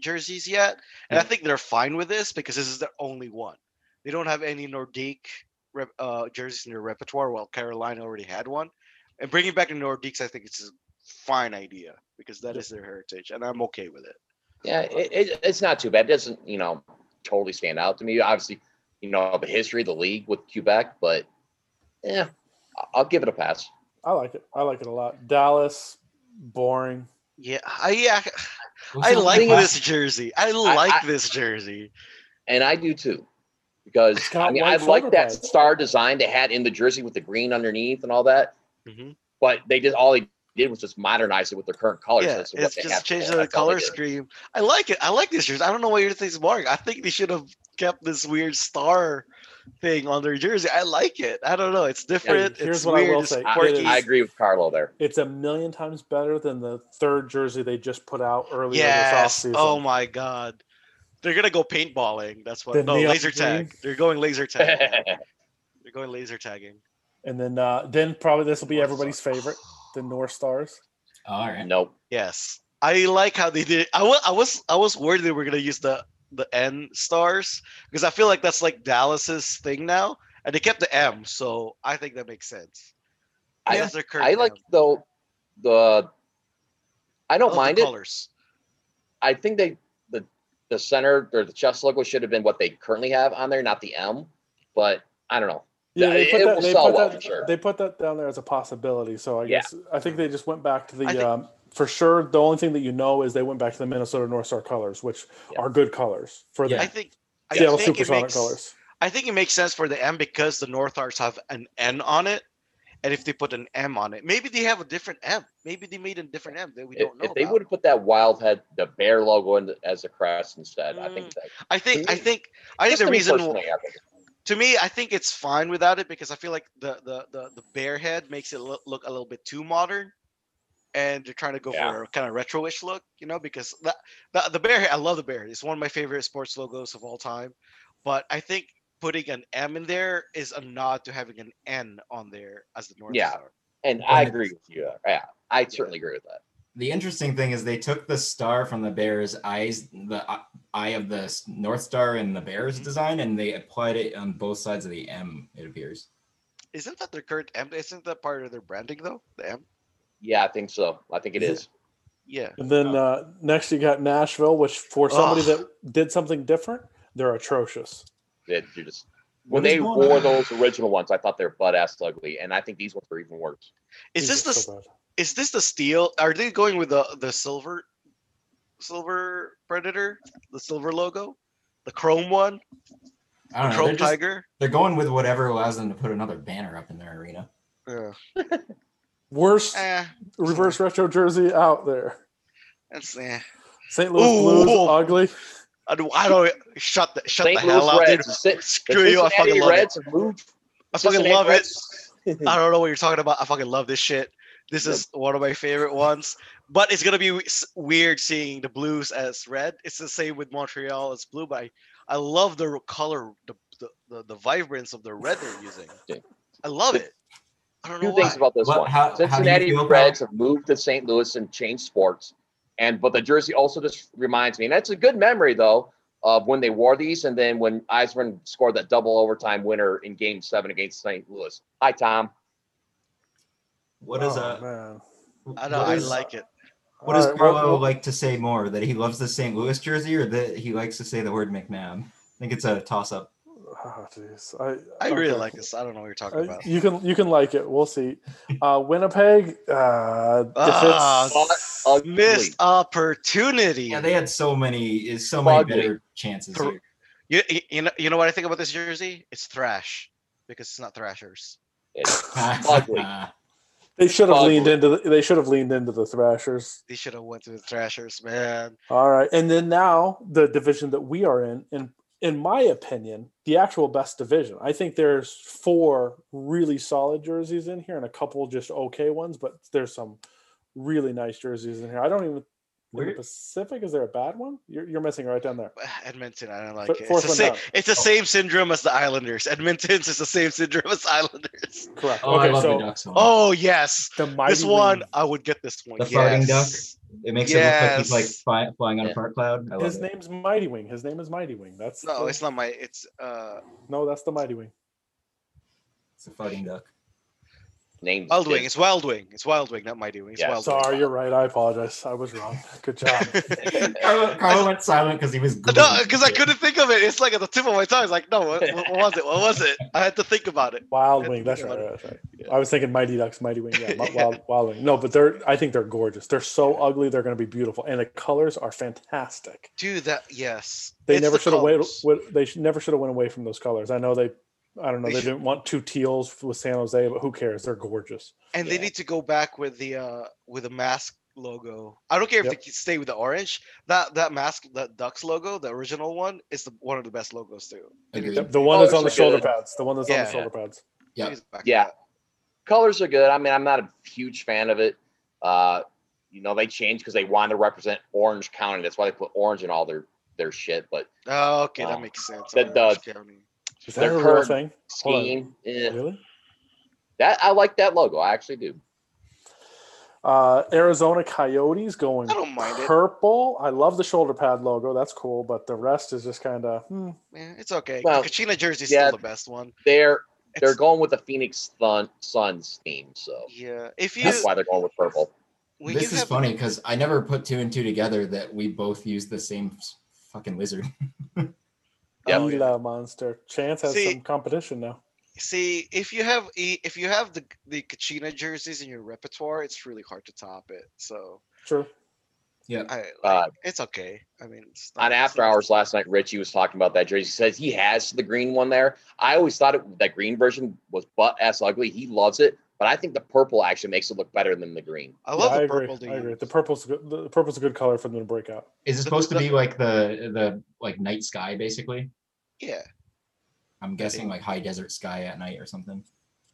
Speaker 3: jerseys yet, and I think they're fine with this because this is their only one. They don't have any Nordique rep, uh, jerseys in their repertoire, while Carolina already had one. And bringing back the Nordiques, I think it's a fine idea because that is their heritage, and I'm okay with it.
Speaker 2: Yeah, it, it, it's not too bad. It doesn't, you know, totally stand out to me. Obviously, you know, the history of the league with Quebec, but yeah, I'll give it a pass.
Speaker 4: I like it. I like it a lot. Dallas, boring.
Speaker 3: Yeah, I yeah,
Speaker 1: What's
Speaker 3: I
Speaker 1: the
Speaker 3: like
Speaker 1: thing
Speaker 3: this jersey. I like
Speaker 2: I-
Speaker 3: this jersey.
Speaker 2: And I do too. Because
Speaker 4: It's got
Speaker 2: I mean
Speaker 4: white
Speaker 2: I like
Speaker 4: shoulder
Speaker 2: that
Speaker 4: pads.
Speaker 2: star design they had in the jersey with the green underneath and all that,
Speaker 3: hmm
Speaker 2: but they just all they did was just modernize it with their current colors.
Speaker 3: Yeah,
Speaker 2: That's what
Speaker 3: it's
Speaker 2: they
Speaker 3: just
Speaker 2: have
Speaker 3: changing
Speaker 2: going.
Speaker 3: the
Speaker 2: That's all they
Speaker 3: color
Speaker 2: did.
Speaker 3: scheme. I like it. I like this jersey. I don't know why you think's boring. I think they should have kept this weird star thing on their jersey. I like it. I don't know. It's different.
Speaker 4: here's
Speaker 3: it's
Speaker 4: what I
Speaker 3: weird.
Speaker 4: will
Speaker 3: it's
Speaker 4: say. It
Speaker 2: I,
Speaker 3: quirky.
Speaker 2: I agree with Carlo there.
Speaker 4: It's a million times better than the third jersey they just put out earlier
Speaker 3: Yes.
Speaker 4: this offseason.
Speaker 3: Oh my god. They're gonna go paintballing. That's what.
Speaker 4: The
Speaker 3: no,
Speaker 4: neon
Speaker 3: laser tag.
Speaker 4: green.
Speaker 3: They're going laser tag.
Speaker 2: (laughs)
Speaker 3: They're going laser tagging.
Speaker 4: And then uh, then probably this will be
Speaker 3: North
Speaker 4: everybody's
Speaker 3: Star.
Speaker 4: favorite, the North Stars.
Speaker 1: All right.
Speaker 2: nope.
Speaker 3: Yes, I like how they did. It. I was I was I was worried they were gonna use the the N stars because I feel like that's like Dallas's thing now, and they kept the M, so I think that makes sense.
Speaker 2: I-
Speaker 3: That's their current
Speaker 2: I like
Speaker 3: M.
Speaker 2: though the I
Speaker 3: I
Speaker 2: don't
Speaker 3: love the
Speaker 2: mind it.
Speaker 3: Colors.
Speaker 2: I think they the the center or the chest logo should have been what they currently have on there, not the M. But I don't know.
Speaker 4: Yeah,
Speaker 2: Yeah,
Speaker 4: they
Speaker 2: it-
Speaker 4: put,
Speaker 2: it
Speaker 4: that,
Speaker 2: will
Speaker 4: they,
Speaker 2: sell
Speaker 4: put
Speaker 2: well,
Speaker 4: that,
Speaker 2: I'm sure.
Speaker 4: they put that down there as a possibility. So I
Speaker 2: Yeah.
Speaker 4: guess I think they just went back to the
Speaker 3: I think-
Speaker 4: um, for sure. The only thing that you know is they went back to the Minnesota North Star colors, which
Speaker 2: Yeah.
Speaker 4: are good colors for
Speaker 5: Yeah.
Speaker 4: the
Speaker 3: I think I
Speaker 4: Seattle
Speaker 3: think it
Speaker 4: Supersonic
Speaker 3: makes,
Speaker 4: colors.
Speaker 3: I think it makes sense for the M because the North Stars have an N on it, and if they put an M on it, maybe they have a different M. Maybe they made a different M that we
Speaker 2: If,
Speaker 3: don't know.
Speaker 2: if they
Speaker 3: about.
Speaker 2: would have put that wild head, the bear logo in the, as a crest instead, I think
Speaker 3: Mm,
Speaker 2: that.
Speaker 3: I think I
Speaker 2: Hmm.
Speaker 3: think I think
Speaker 2: just
Speaker 3: the
Speaker 2: me
Speaker 3: reason
Speaker 2: personally, I think.
Speaker 3: to me, I think it's fine without it because I feel like the the the, the bear head makes it look, look a little bit too modern, and they're trying to go for
Speaker 2: Yeah.
Speaker 3: a kind of retro-ish look, you know. Because that, the the bear head, I love the bear. head. It's one of my favorite sports logos of all time, but I think putting an M in there is a nod to having an N on there as the North
Speaker 2: Yeah.
Speaker 3: Star.
Speaker 2: And I agree with you. Yeah, I certainly agree with that.
Speaker 1: The interesting thing is they took the star from the Bears' eyes, the eye- eye of the s- North Star in the Bears'
Speaker 4: Mm-hmm.
Speaker 3: Mhm.
Speaker 1: design, and they applied it on both sides of the M. It appears.
Speaker 3: Isn't that their current M? Isn't that part of their branding though? The M.
Speaker 2: Yeah, I think so. I think it is.
Speaker 3: Yeah.
Speaker 4: And then uh, next you got Nashville, which for somebody
Speaker 3: Ugh.
Speaker 4: that did something different, they're atrocious.
Speaker 2: That you just when
Speaker 1: What is
Speaker 2: they
Speaker 1: going
Speaker 2: wore
Speaker 1: on?
Speaker 2: those original ones, I thought they were butt ass ugly, and I think these ones are even worse.
Speaker 3: Is this
Speaker 4: These are
Speaker 3: the
Speaker 4: so bad.
Speaker 3: is this the steel? Are they going with the the silver, silver predator, the silver logo, the chrome one,
Speaker 1: I don't know.
Speaker 3: chrome
Speaker 1: they're, just-
Speaker 3: tiger?
Speaker 1: they're going with whatever allows them to put another banner up in their arena.
Speaker 3: Yeah.
Speaker 4: worst
Speaker 3: Eh,
Speaker 4: reverse retro jersey out there?
Speaker 3: that's eh.
Speaker 4: St. Louis Blues,
Speaker 3: Ooh.
Speaker 4: ugly.
Speaker 3: I don't, I don't shut the shut
Speaker 2: St.
Speaker 3: the hell
Speaker 2: Louis
Speaker 3: up, dude.
Speaker 2: Reds, Sin- the
Speaker 3: Screw you! I fucking
Speaker 2: Cincinnati
Speaker 3: love
Speaker 2: Reds
Speaker 3: it.
Speaker 2: have moved
Speaker 3: I fucking love it.
Speaker 2: it.
Speaker 3: I don't know what you're talking about. I fucking love this shit. This is one of my favorite ones. But it's gonna be w- s- weird seeing the blues as red. It's the same with Montreal as blue, but I, I love the r- color, the, the the the vibrance of the red they're using.
Speaker 2: Yeah.
Speaker 3: I love it. I don't know
Speaker 2: Two
Speaker 3: why.
Speaker 2: things about this
Speaker 1: What-
Speaker 2: one.
Speaker 1: how- how do you
Speaker 2: Cincinnati
Speaker 1: feel about-
Speaker 2: Reds have moved to St. Louis and changed sports, and but the jersey also just reminds me, and that's a good memory though of when they wore these, and then when Eisman scored that double overtime winner in Game Seven against St. Louis. Hi, Tom.
Speaker 1: What does
Speaker 4: Oh,
Speaker 1: uh,
Speaker 4: man.
Speaker 3: I know.
Speaker 1: what
Speaker 3: I
Speaker 1: is-
Speaker 3: like it.
Speaker 1: What does
Speaker 4: All right, well-
Speaker 1: Carlo like to say more? That he loves the St. Louis jersey, or that he likes to say the word McNabb? I think it's a toss-up.
Speaker 4: Oh, jeez. I,
Speaker 3: I really
Speaker 4: okay.
Speaker 3: like this. I don't know what you're talking
Speaker 4: Uh,
Speaker 3: about.
Speaker 4: you can you can like it. We'll see. Uh, Winnipeg. Uh,
Speaker 3: Ah,
Speaker 4: if it's,
Speaker 2: Uh,
Speaker 3: Missed opportunity.
Speaker 1: Yeah, they had so many, is so many
Speaker 2: Ugly.
Speaker 1: better chances.
Speaker 3: Cor-
Speaker 1: here. (laughs)
Speaker 3: you, you- you know you know what I think about this jersey? It's thrash because it's not thrashers.
Speaker 1: (laughs)
Speaker 2: ugly.
Speaker 4: they should have leaned
Speaker 2: ugly.
Speaker 4: into the, they should have leaned into the Thrashers.
Speaker 3: They should have went to the thrashers, man.
Speaker 4: All right, and then now the division that we are in, in in my opinion, the actual best division. I think there's four really solid jerseys in here, and a couple just okay ones, but there's some really nice jerseys in here. I don't even In the
Speaker 1: Where-
Speaker 4: Pacific, is there a bad one? You're, you're missing right down there.
Speaker 3: (sighs) Edmonton, I don't like
Speaker 4: F-
Speaker 3: it. It's
Speaker 4: fourth
Speaker 3: the,
Speaker 4: one
Speaker 3: same,
Speaker 4: down. Oh.
Speaker 3: it's the same syndrome as the Islanders. Edmonton's is the same syndrome as
Speaker 4: (laughs)
Speaker 3: Islanders.
Speaker 4: Correct.
Speaker 1: Oh, I
Speaker 4: okay,
Speaker 1: love
Speaker 4: so
Speaker 1: the duck song.
Speaker 3: Oh yes,
Speaker 4: the mighty
Speaker 3: this one
Speaker 4: Reed.
Speaker 3: I would get this one.
Speaker 1: The farting
Speaker 3: yes.
Speaker 1: duck? it makes it look like he's like
Speaker 3: yes.
Speaker 1: fly, flying on
Speaker 2: Yeah.
Speaker 1: a fart cloud. I love
Speaker 4: His
Speaker 1: it.
Speaker 4: name's Mighty Wing. His name is Mighty Wing. That's
Speaker 3: No,
Speaker 4: the-
Speaker 3: it's not my. It's uh,
Speaker 4: no, that's the Mighty Wing.
Speaker 1: It's a farting duck.
Speaker 2: Names
Speaker 3: Wild Wing.
Speaker 2: big.
Speaker 3: It's Wild Wing. It's Wild Wing, not Mighty Wing. It's
Speaker 2: Yeah,
Speaker 3: Wild
Speaker 4: Sorry,
Speaker 3: (laughs) Wing.
Speaker 4: you're right. I apologize. I was wrong. Good
Speaker 3: (laughs)
Speaker 4: job.
Speaker 1: Carlo, Carlo went silent because he was good.
Speaker 3: No, because I couldn't think of it. It's like at the tip of my tongue. It's like, no, what, what what was it? What was it? I had to think about it.
Speaker 4: Wild
Speaker 3: That's
Speaker 4: Wing. That's
Speaker 3: the
Speaker 4: right.
Speaker 3: one.
Speaker 4: That's right.
Speaker 3: Yeah.
Speaker 4: I was thinking Mighty Ducks, Mighty Wing. Yeah, Mi-
Speaker 3: Yeah.
Speaker 4: Wild, Wild Wing. No, but they're. I think they're gorgeous. They're so ugly. They're going to be beautiful, and the colors are fantastic.
Speaker 3: Dude, that yes.
Speaker 4: They
Speaker 3: It's
Speaker 4: never
Speaker 3: the
Speaker 4: should have went.
Speaker 3: colors.
Speaker 4: went- They should, never should have went away from those colors. I know they. I don't know.
Speaker 3: They
Speaker 4: They,
Speaker 3: should-
Speaker 4: didn't want two teals with San Jose, but who cares? They're gorgeous.
Speaker 3: And they
Speaker 2: Yeah.
Speaker 3: need to go back with the uh with the mask logo. I don't care if
Speaker 4: Yep.
Speaker 3: they they stay with the orange. That that mask, that Ducks logo, the original one, is the one of the best logos too.
Speaker 1: Agreed.
Speaker 4: The, the one
Speaker 2: Oh,
Speaker 4: that's
Speaker 2: it's
Speaker 4: on the
Speaker 2: like a-
Speaker 4: shoulder pads. The one that's on
Speaker 3: Yeah.
Speaker 4: the shoulder pads.
Speaker 1: Yeah.
Speaker 3: Please back to
Speaker 2: Yeah.
Speaker 3: that.
Speaker 2: colors are good. I mean, I'm not a huge fan of it. Uh, you know, they changed because they wanted to represent Orange County. That's why they put orange in all their their shit. But
Speaker 3: Oh, okay, that
Speaker 2: Oh,
Speaker 3: makes sense.
Speaker 2: that
Speaker 3: Orange County.
Speaker 4: Is that
Speaker 2: Their
Speaker 4: a real
Speaker 2: current-
Speaker 4: thing? Hold on.
Speaker 2: scheme, eh,
Speaker 4: Really?
Speaker 2: that I like that logo. I actually do.
Speaker 4: Uh, Arizona Coyotes going
Speaker 3: I don't mind it.
Speaker 4: purple. I love the shoulder pad logo. That's cool, but the rest is just kind of hmm,
Speaker 3: Yeah, it's okay.
Speaker 2: Well,
Speaker 3: Kachina jersey's
Speaker 2: yeah.
Speaker 3: still the best one.
Speaker 2: They're they're
Speaker 3: It's-
Speaker 2: going with the Phoenix Sun Suns theme, so
Speaker 3: yeah. If you
Speaker 2: that's why they're going with purple.
Speaker 3: when
Speaker 1: this
Speaker 3: you
Speaker 1: is
Speaker 3: have-
Speaker 1: funny because I never put two and two together that we both use the same s- fucking lizard. (laughs)
Speaker 2: Yep.
Speaker 4: Gila monster. Chance has
Speaker 3: See-
Speaker 4: some competition now.
Speaker 3: See, if you have e- if you have the the Kachina jerseys in your repertoire, it's really hard to top it. So
Speaker 4: True.
Speaker 3: I like,
Speaker 2: Uh,
Speaker 3: it's okay. I mean, it's
Speaker 2: on
Speaker 3: it's
Speaker 2: after hours last night, Richie was talking about that jersey. He says he has the green one there. I always thought it, that green version was butt ass ugly. He loves it, but I think the purple actually makes it look better than the green.
Speaker 3: I love
Speaker 4: Yeah,
Speaker 3: the
Speaker 4: I
Speaker 3: purple.
Speaker 4: Agree.
Speaker 3: they
Speaker 4: I agree.
Speaker 3: use.
Speaker 4: The purple's a good, the purple's a good color for them to break out.
Speaker 1: Is it supposed to be like the the like night sky basically?
Speaker 3: yeah,
Speaker 1: I'm guessing like high desert sky at night or something.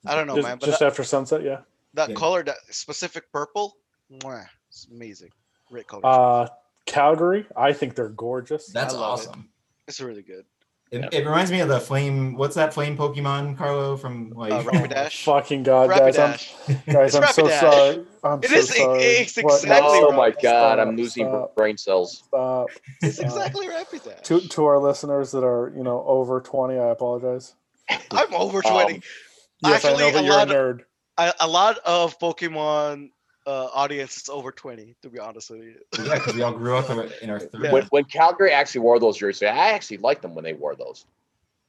Speaker 3: I don't know,
Speaker 4: just
Speaker 3: man, but
Speaker 4: just
Speaker 3: that,
Speaker 4: after sunset, yeah.
Speaker 3: that
Speaker 1: yeah.
Speaker 3: color, that specific purple, mwah, it's amazing. Great color.
Speaker 4: Uh, Calgary, I think they're gorgeous.
Speaker 1: That's
Speaker 3: I love it.
Speaker 1: awesome.
Speaker 3: it's really good.
Speaker 1: It, it reminds me of the flame. What's that flame Pokemon, Carlo? From like
Speaker 3: Uh,
Speaker 4: Oh my
Speaker 3: Rapidash.
Speaker 4: Fucking god, guys! I'm,
Speaker 3: Rapidash.
Speaker 4: (laughs) guys,
Speaker 3: It's
Speaker 4: I'm so
Speaker 3: Rapidash.
Speaker 4: sorry. I'm
Speaker 3: It
Speaker 4: so
Speaker 3: is- it-
Speaker 4: sorry.
Speaker 3: it's
Speaker 4: What? No,
Speaker 3: exactly
Speaker 2: oh
Speaker 4: stop,
Speaker 2: my god, I'm
Speaker 4: stop,
Speaker 2: losing
Speaker 4: stop,
Speaker 2: brain cells.
Speaker 4: Stop.
Speaker 3: It's
Speaker 4: Uh,
Speaker 3: exactly Rapidash.
Speaker 4: to to our listeners that are you know over 20 i apologize
Speaker 3: I'm over twenty.
Speaker 2: Um,
Speaker 4: yes i
Speaker 3: Actually,
Speaker 4: know but
Speaker 3: a
Speaker 4: you're a
Speaker 3: lot
Speaker 4: nerd
Speaker 3: I, a lot of Pokemon uh, audience is over twenty. To be honest with you,
Speaker 1: (laughs) yeah, because we all grew up in our third.
Speaker 3: Yeah.
Speaker 2: When, when Calgary actually wore those jerseys, I actually liked them when they wore those.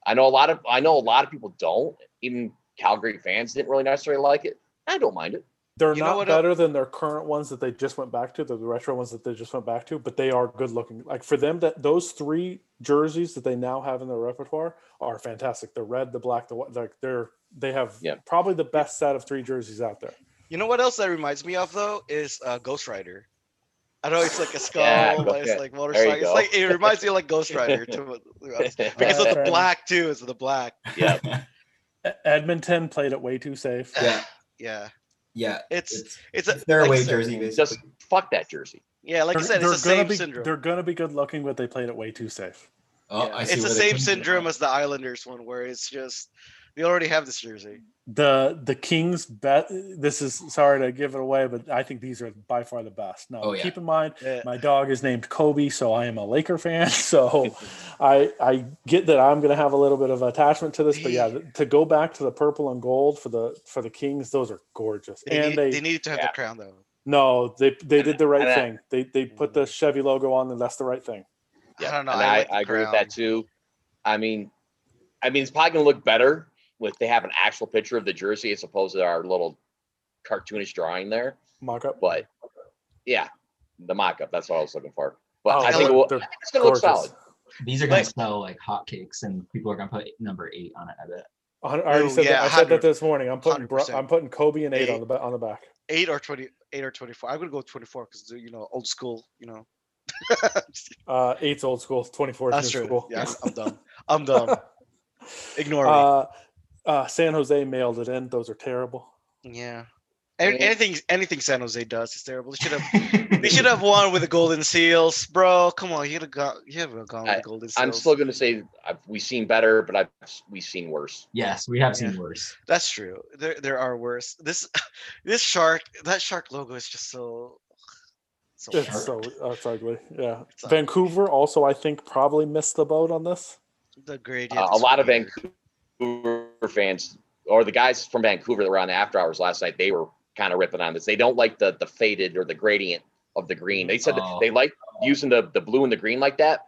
Speaker 2: I know a lot of I know a lot of people don't. Even Calgary fans didn't really necessarily like it. I don't mind
Speaker 4: (laughs)
Speaker 2: it.
Speaker 4: they're
Speaker 3: You know
Speaker 4: not
Speaker 3: what, uh,
Speaker 4: better than their current ones that they just went back to the retro ones that they just went back to but they are good looking like for them that those three jerseys that they now have in their repertoire are fantastic the red the black the white like they're they have
Speaker 2: Yeah.
Speaker 4: probably the best set of three jerseys out there
Speaker 3: you know what else that reminds me of though is uh, Ghost Rider. I know it's
Speaker 4: (laughs)
Speaker 3: like a skull,
Speaker 2: Yeah,
Speaker 3: but it's
Speaker 2: okay.
Speaker 3: like motorcycle. It's
Speaker 2: go.
Speaker 3: like it reminds me of like Ghost Rider too,
Speaker 4: (laughs)
Speaker 3: because
Speaker 4: Yeah,
Speaker 3: of the
Speaker 4: fair
Speaker 3: black too. It's the black.
Speaker 2: Yeah.
Speaker 4: E- edmonton played it way too safe
Speaker 1: yeah,
Speaker 3: Yeah,
Speaker 1: yeah.
Speaker 3: it's
Speaker 1: It's,
Speaker 3: it's a
Speaker 1: it's their
Speaker 3: like I
Speaker 1: away
Speaker 3: said-
Speaker 1: jersey, basically.
Speaker 2: Just fuck that jersey.
Speaker 3: Yeah, like I
Speaker 4: They're-
Speaker 3: said,
Speaker 4: they're
Speaker 3: it's the
Speaker 4: gonna
Speaker 3: same
Speaker 4: be-
Speaker 3: syndrome.
Speaker 4: they're gonna be good looking but they played it way too safe
Speaker 1: oh, I see
Speaker 3: It's the
Speaker 1: where they
Speaker 3: same
Speaker 1: came from.
Speaker 3: syndrome as the Islanders one, where it's just they already have this jersey.
Speaker 4: the the Kings bet this is sorry to give it away, but I think these are by far the best. Now
Speaker 1: Oh, yeah.
Speaker 4: keep in mind
Speaker 3: Yeah.
Speaker 4: my dog is named Kobe, so I am a Laker fan. (laughs) So I I get that I'm gonna have a little bit of attachment to this, but yeah, th- to go back to the purple and gold for the for the Kings, those are gorgeous.
Speaker 3: They,
Speaker 4: and
Speaker 3: need,
Speaker 4: they,
Speaker 3: they needed to have
Speaker 2: yeah.
Speaker 3: the crown though.
Speaker 4: no, they they did the right
Speaker 2: And
Speaker 3: (laughs)
Speaker 2: I-
Speaker 4: thing. They they put the Chevy logo on, and that's the right thing.
Speaker 3: I don't know.
Speaker 2: And
Speaker 3: I
Speaker 2: I,
Speaker 3: like the
Speaker 2: I agree with
Speaker 3: crown.
Speaker 2: that too. I mean, I mean, it's probably gonna look better if they have an actual picture of the jersey as opposed to our little cartoonish drawing there.
Speaker 4: Mock up.
Speaker 2: But yeah, the mock-up. That's what I was looking for. But
Speaker 4: Oh,
Speaker 2: I think it
Speaker 4: they're-
Speaker 2: will, I
Speaker 4: they're
Speaker 2: think it's gonna look
Speaker 4: gorgeous.
Speaker 2: solid.
Speaker 1: These are gonna
Speaker 3: Like-
Speaker 1: sell like hotcakes, and people are gonna put number eight on it. I bet.
Speaker 4: A hundred- I already
Speaker 3: Ooh,
Speaker 4: said
Speaker 3: Oh,
Speaker 4: that.
Speaker 3: yeah,
Speaker 4: I said that
Speaker 3: 100.
Speaker 4: this morning. I'm putting bro,
Speaker 3: 100%.
Speaker 4: I'm putting Kobe and eight
Speaker 3: Eight.
Speaker 4: on the ba- on the back.
Speaker 3: eight or twenty eight or twenty four. I'm gonna go with twenty four because you know old school. You know
Speaker 4: Uh, eight's old school. Twenty four
Speaker 3: that's
Speaker 4: is new
Speaker 3: true.
Speaker 4: school.
Speaker 3: (laughs) Yeah, I'm, I'm dumb. I'm dumb. Ignore
Speaker 4: Uh, uh, San Jose mailed it in. Those are terrible.
Speaker 3: me. Yeah, An- Anything anything San Jose does is terrible. They should have they should have won with the Golden Seals, bro. Come on, you have got you have gone with the Golden Seals.
Speaker 2: I'm still going to say I've, we've seen better, but I've we've seen worse.
Speaker 1: (laughs) yes, we have seen worse.
Speaker 3: That's true. There there are worse. This (laughs) this shark that shark logo is just so. (sighs) so
Speaker 4: It's
Speaker 3: sharp.
Speaker 4: so that's ugly. Yeah,
Speaker 3: It's ugly.
Speaker 4: Vancouver also I think probably missed the boat on this.
Speaker 3: the gradient.
Speaker 2: Uh, a
Speaker 3: is
Speaker 2: lot of
Speaker 3: weird.
Speaker 2: Vancouver fans or the guys from Vancouver that were on the after hours last night, they were kind of ripping on this. They don't like the the faded or the gradient of the green. They said that
Speaker 1: Oh.
Speaker 2: they like using the the blue and the green like that,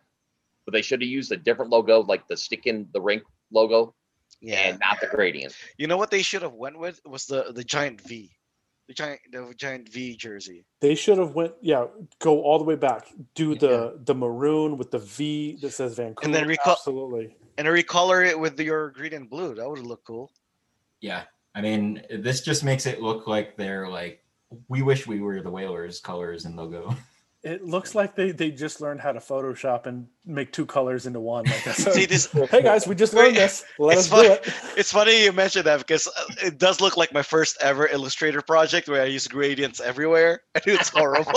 Speaker 2: but they should have used a different logo, like the stick in the rink logo,
Speaker 3: Yeah.
Speaker 2: and not the gradient.
Speaker 3: You know what they should have went with was the the giant V, the giant the giant V jersey.
Speaker 4: They should have went yeah go all the way back. Do the the maroon with the V that says Vancouver.
Speaker 3: then recol-
Speaker 4: absolutely.
Speaker 3: and recolor it with your green and blue. That would look cool.
Speaker 1: Yeah. I mean, this just makes it look like they're like, we wish we were the Whalers colors and logo.
Speaker 4: It looks like they they just learned how to Photoshop and make two colors into one. Like
Speaker 3: (laughs)
Speaker 4: that's
Speaker 2: (laughs)
Speaker 3: See this?
Speaker 4: (laughs) hey guys, we just learned this. Let
Speaker 3: It's
Speaker 4: us do
Speaker 3: fine.
Speaker 4: it.
Speaker 3: It's funny you mentioned that because uh, it does look like my first ever Illustrator project where I use gradients everywhere, (laughs) and it's horrible.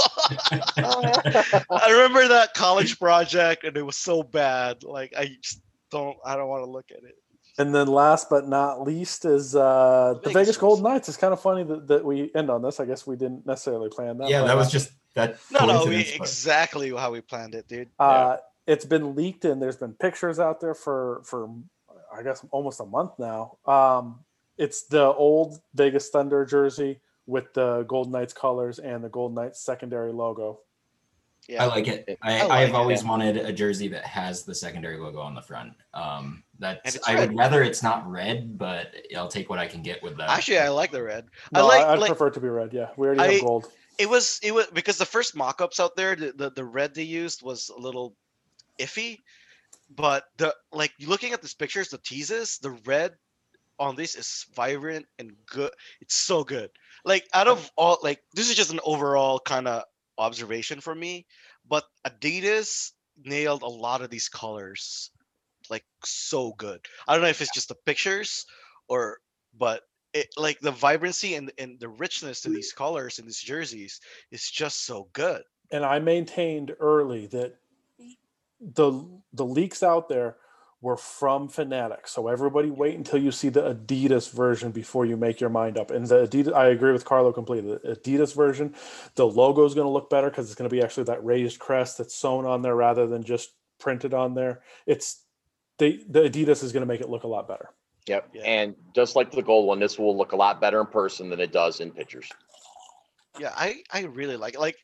Speaker 3: I remember that college project, and it was so bad. Like I just don't. I don't want to look at it.
Speaker 4: And then last but not least is uh, the
Speaker 3: Vegas
Speaker 4: Vegas
Speaker 3: was-
Speaker 4: Golden Knights. It's kind of funny that, that we end on this. I guess we didn't necessarily plan that.
Speaker 1: yeah,
Speaker 4: but,
Speaker 1: that was
Speaker 4: uh,
Speaker 1: just that.
Speaker 3: No, no, we,
Speaker 1: coincidence, but-
Speaker 3: exactly how we planned it, dude.
Speaker 4: Uh, It's been leaked and there's been pictures out there for for I guess almost a month now. Um, it's the old Vegas Thunder jersey with the Golden Knights colors and the Golden Knights secondary logo.
Speaker 3: Yeah.
Speaker 1: I like it. I,
Speaker 3: I like
Speaker 1: I have
Speaker 3: it,
Speaker 1: always wanted a jersey that has the secondary logo on the front. Um, that's
Speaker 3: And it's
Speaker 1: I
Speaker 3: red.
Speaker 1: would rather it's not red, but I'll take what I can get with that.
Speaker 3: Actually, I like the red. I
Speaker 4: No, I
Speaker 3: like-
Speaker 4: I, would
Speaker 3: like-
Speaker 4: prefer it to be red. Yeah, we already
Speaker 3: I-
Speaker 4: have gold.
Speaker 3: it was it was because the first mock-ups out there the, the the red they used was a little iffy but the like looking at these pictures the teases the red on this is vibrant and good it's so good like out of all like this is just an overall kind of observation for me but adidas nailed a lot of these colors like so good i don't know if it's just the pictures or but it like the vibrancy and, and the richness
Speaker 2: Mm.
Speaker 3: to these colors and these jerseys is just so good.
Speaker 4: and I maintained early that the the leaks out there were from Fanatics. So everybody wait until you see the Adidas version before you make your mind up. And the Adidas, I agree with Carlo completely. The Adidas version, the logo is going to look better because it's going to be actually that raised crest that's sewn on there rather than just printed on there. It's they the Adidas is going to make it look a lot better.
Speaker 2: Yep.
Speaker 3: Yeah.
Speaker 2: And just like the gold one, this will look a lot better in person than it does in pictures.
Speaker 3: Yeah, I I really like it. like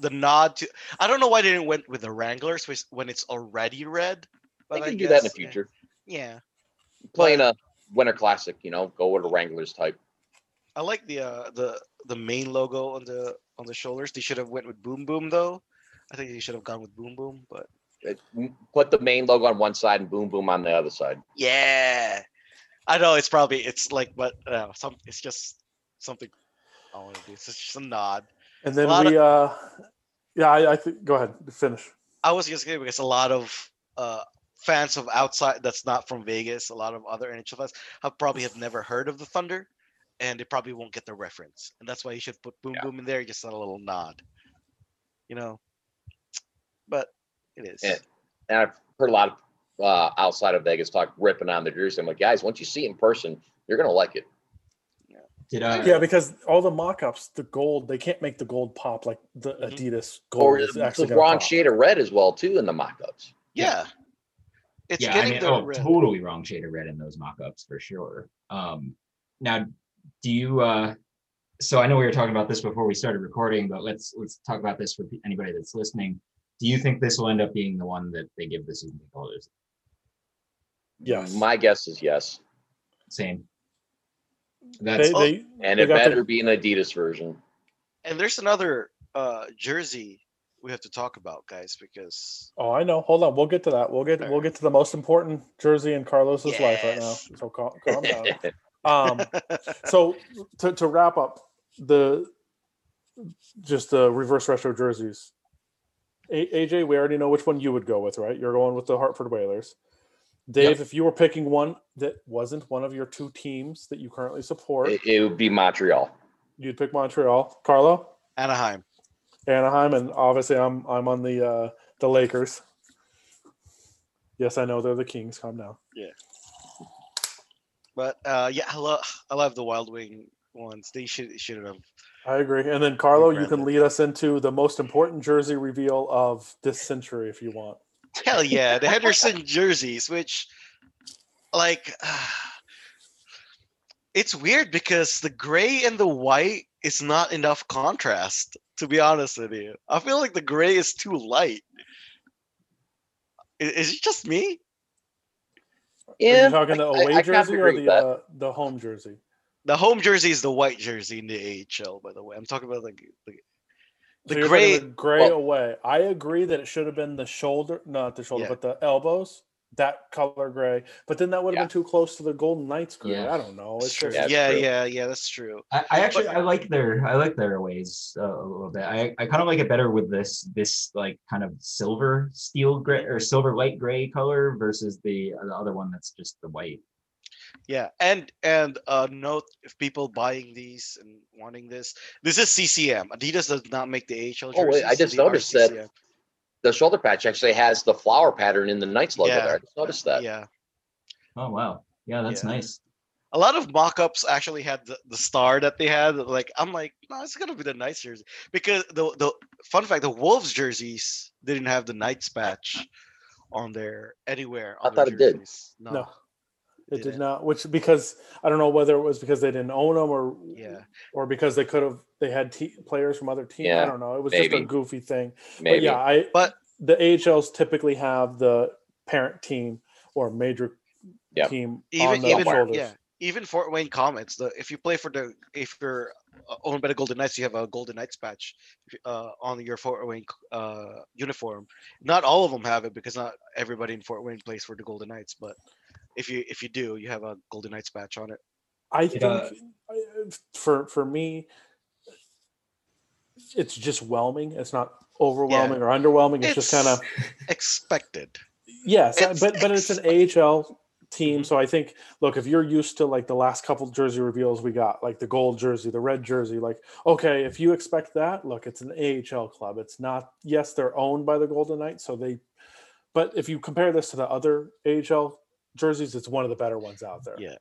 Speaker 3: the nod to. I don't know why they didn't went with the Wranglers which- when it's already red.
Speaker 2: They
Speaker 3: But
Speaker 2: can do that in the
Speaker 3: guess, yeah.
Speaker 2: future.
Speaker 3: Yeah,
Speaker 2: Playing a winter classic, you know, go with a Wranglers type.
Speaker 3: I like the uh, the the main logo on the on the shoulders. They should have went with Boom Boom though. I think they should have gone with Boom Boom, but
Speaker 2: It- Put the main logo on one side and boom boom on the other side.
Speaker 3: yeah, I know it's probably it's like but uh, some it's just something. I want to do. It's just a nod.
Speaker 4: And then
Speaker 3: lot
Speaker 4: we uh yeah, I, I think go ahead, finish.
Speaker 3: I was just kidding because a lot of uh, fans of outside that's not from Vegas, a lot of other NHL fans have probably have never heard of the Thunder, and they probably won't get the reference, and that's why you should put Boom Boom in there, just a little nod, you know. But it is.
Speaker 2: Yeah. And I've heard a lot of uh, outside of Vegas talk ripping on the jersey. I'm like, guys, once you see it in person, you're gonna like it.
Speaker 1: Did, uh,
Speaker 4: Yeah, because all the mock-ups, the gold, they can't make the gold pop like the
Speaker 3: Mhm.
Speaker 4: Adidas gold
Speaker 2: Or
Speaker 4: is
Speaker 2: the
Speaker 4: Oh, actually gonna
Speaker 2: wrong
Speaker 4: pop.
Speaker 2: shade of red as well too in the mock-ups.
Speaker 3: Yeah. It's
Speaker 1: yeah, I
Speaker 3: getting
Speaker 1: mean,
Speaker 3: the
Speaker 1: oh,
Speaker 3: red.
Speaker 1: totally wrong shade of red in those mock-ups for sure. Um, now, do you? Uh, so I know we were talking about this before we started recording, but let's let's talk about this for anybody that's listening. Do you think this will end up being the one that they give the season colors?
Speaker 4: Yes.
Speaker 2: My guess is yes.
Speaker 1: Same. That's
Speaker 4: They, they,
Speaker 2: And
Speaker 4: They
Speaker 2: it
Speaker 4: got the-
Speaker 2: better be an Adidas version.
Speaker 3: And there's another uh, jersey we have to talk about, guys, because
Speaker 4: oh, I know. Hold on, we'll get to that. We'll get we'll get to the most important jersey in Carlos's life right
Speaker 3: Yes.
Speaker 4: now. So calm, calm
Speaker 2: (laughs)
Speaker 4: down. um, so to, to wrap up the just the reverse retro jerseys. A- AJ, we already know which one you would go with, right? You're going with the Hartford Whalers. Dave, if you were picking one that wasn't one of your two teams that you currently support,
Speaker 2: it, it would be Montreal.
Speaker 4: You'd pick Montreal, Carlo,
Speaker 3: Anaheim.
Speaker 4: Anaheim, and obviously I'm I'm on the uh, the Lakers. Yes, I know they're the Kings. Calm down.
Speaker 3: But uh, yeah, I love I love the Wild Wing ones. They should should have.
Speaker 4: I agree. And then Carlo, you can
Speaker 3: Granted.
Speaker 4: lead us into the most important jersey reveal of this century if you want.
Speaker 3: Hell yeah, the Henderson jerseys, which like (sighs) it's weird because the gray and the white is not enough contrast. To be honest with you, I feel like the gray is too light. I- Is it just me?
Speaker 4: Are
Speaker 2: Yeah,
Speaker 4: you talking the
Speaker 2: I- I-
Speaker 4: away
Speaker 2: I kind of
Speaker 4: jersey
Speaker 2: agree
Speaker 4: or
Speaker 2: with
Speaker 4: the
Speaker 2: that.
Speaker 4: uh, the home jersey?
Speaker 3: The home jersey is the white jersey in the AHL, by the way. I'm talking about like the,
Speaker 4: So
Speaker 3: The
Speaker 4: you're talking
Speaker 3: gray-
Speaker 4: about gray
Speaker 2: well-
Speaker 4: away. I agree that it should have been the shoulder, not the shoulder,
Speaker 3: Yeah.
Speaker 4: but the elbows. That color gray, but then that would have been too close to the Golden Knights gray.
Speaker 1: Yeah.
Speaker 4: I don't know. It's
Speaker 3: Sure.
Speaker 4: just,
Speaker 2: Yeah,
Speaker 3: Yeah,
Speaker 2: it's
Speaker 3: yeah,
Speaker 2: true.
Speaker 3: yeah, That's true.
Speaker 1: I, I actually I like their I like their ways uh, a little bit. I, I kind of like it better with this this like kind of silver steel gray or silver light gray color versus the uh, the other one that's just the white.
Speaker 3: Yeah, and and uh, note if people buying these and wanting this, this is CCM. Adidas does not make the AHL jerseys.
Speaker 2: Oh, wait, I just
Speaker 3: they are
Speaker 2: noticed that
Speaker 3: CCM.
Speaker 2: the shoulder patch actually has the flower pattern in the Knights logo
Speaker 3: Yeah.
Speaker 2: there. I just noticed that.
Speaker 3: Yeah,
Speaker 1: Oh wow, yeah, that's
Speaker 3: Yeah.
Speaker 1: nice.
Speaker 3: a lot of mock-ups actually had the, the star that they had. Like I'm like, no, it's gonna be the Knights jersey because the the fun fact, the Wolves jerseys didn't have the Knights patch on there anywhere.
Speaker 2: I
Speaker 3: on their
Speaker 2: thought it did.
Speaker 3: jerseys. No.
Speaker 4: no, it did
Speaker 3: didn't.
Speaker 4: not. Which because I don't know whether it was because they didn't own them or
Speaker 3: Yeah.
Speaker 4: or because they could have they had te- players from other teams. I
Speaker 2: Yeah,
Speaker 4: don't know. It was just a
Speaker 2: maybe.
Speaker 4: goofy thing. But
Speaker 2: Maybe.
Speaker 4: yeah, I
Speaker 3: But-
Speaker 4: the AHLs typically have the parent team or major
Speaker 2: Yeah.
Speaker 4: team on
Speaker 3: even
Speaker 4: the
Speaker 3: even
Speaker 4: shoulders.
Speaker 3: yeah even Fort Wayne comments the if you play for the if you're uh, owned by the Golden Knights you have a Golden Knights patch uh, on your Fort Wayne uh, uniform. Not all of them have it because not everybody in Fort Wayne plays for the Golden Knights, but if you if you do you have a Golden Knights patch on it.
Speaker 4: I think
Speaker 1: Yeah.
Speaker 4: I- for for me, it's just whelming. It's not overwhelming or underwhelming. It's, just kind of
Speaker 3: expected.
Speaker 4: yes, I-
Speaker 3: it's Mm-hmm.
Speaker 4: but but it's an AHL team, so I think look if you're used to like the last couple jersey reveals we got, like the gold jersey, the red jersey, like okay, if you expect that, look, it's an AHL club. It's not yes, they're owned by the Golden Knights, so they. But if you compare this to the other AHL jerseys, it's one of the better ones out there.
Speaker 3: Yeah.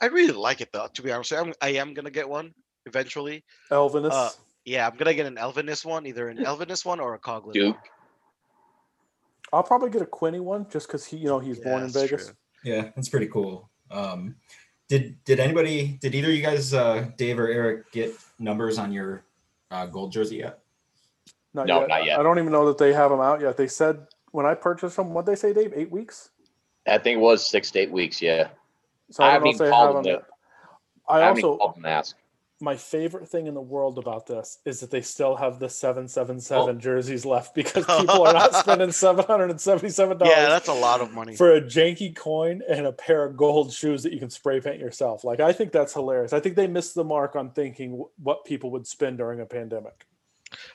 Speaker 3: I really like it though. To be honest, I'm, I am gonna get one eventually.
Speaker 4: Elvinus.
Speaker 3: Uh, Yeah, I'm gonna get an Elvinus one, either an Elvinus one or a Coglin. one.
Speaker 2: Duke.
Speaker 4: I'll probably get a Quinny one just because he, you know, he's born
Speaker 3: Yeah,
Speaker 4: in
Speaker 3: that's
Speaker 4: Vegas.
Speaker 3: true.
Speaker 1: Yeah, that's pretty cool. Um, did did anybody did either of you guys uh, Dave or Eric get numbers on your uh, gold jersey yet?
Speaker 4: Not
Speaker 2: No,
Speaker 4: yet.
Speaker 2: not yet.
Speaker 4: I don't even know that they have them out yet. They said when I purchased them, what they say, Dave, eight weeks.
Speaker 2: I think it was six to eight weeks. Yeah.
Speaker 4: So I
Speaker 2: I
Speaker 4: don't know
Speaker 2: haven't
Speaker 4: if they
Speaker 2: even
Speaker 4: have
Speaker 2: called
Speaker 4: them
Speaker 2: them
Speaker 4: yet.
Speaker 2: yet.
Speaker 4: I
Speaker 2: haven't even
Speaker 4: also,
Speaker 2: called them and asked.
Speaker 4: my favorite thing in the world about this is that they still have the seven seven
Speaker 3: Oh.
Speaker 4: seven jerseys left
Speaker 3: (laughs)
Speaker 4: because people are not spending seven hundred and seventy seven dollars.
Speaker 3: Yeah, that's a lot of money.
Speaker 4: for a janky coin and a pair of gold shoes that you can spray paint yourself. Like I think that's hilarious. I think they missed the mark on thinking wh- what people would spend during a pandemic.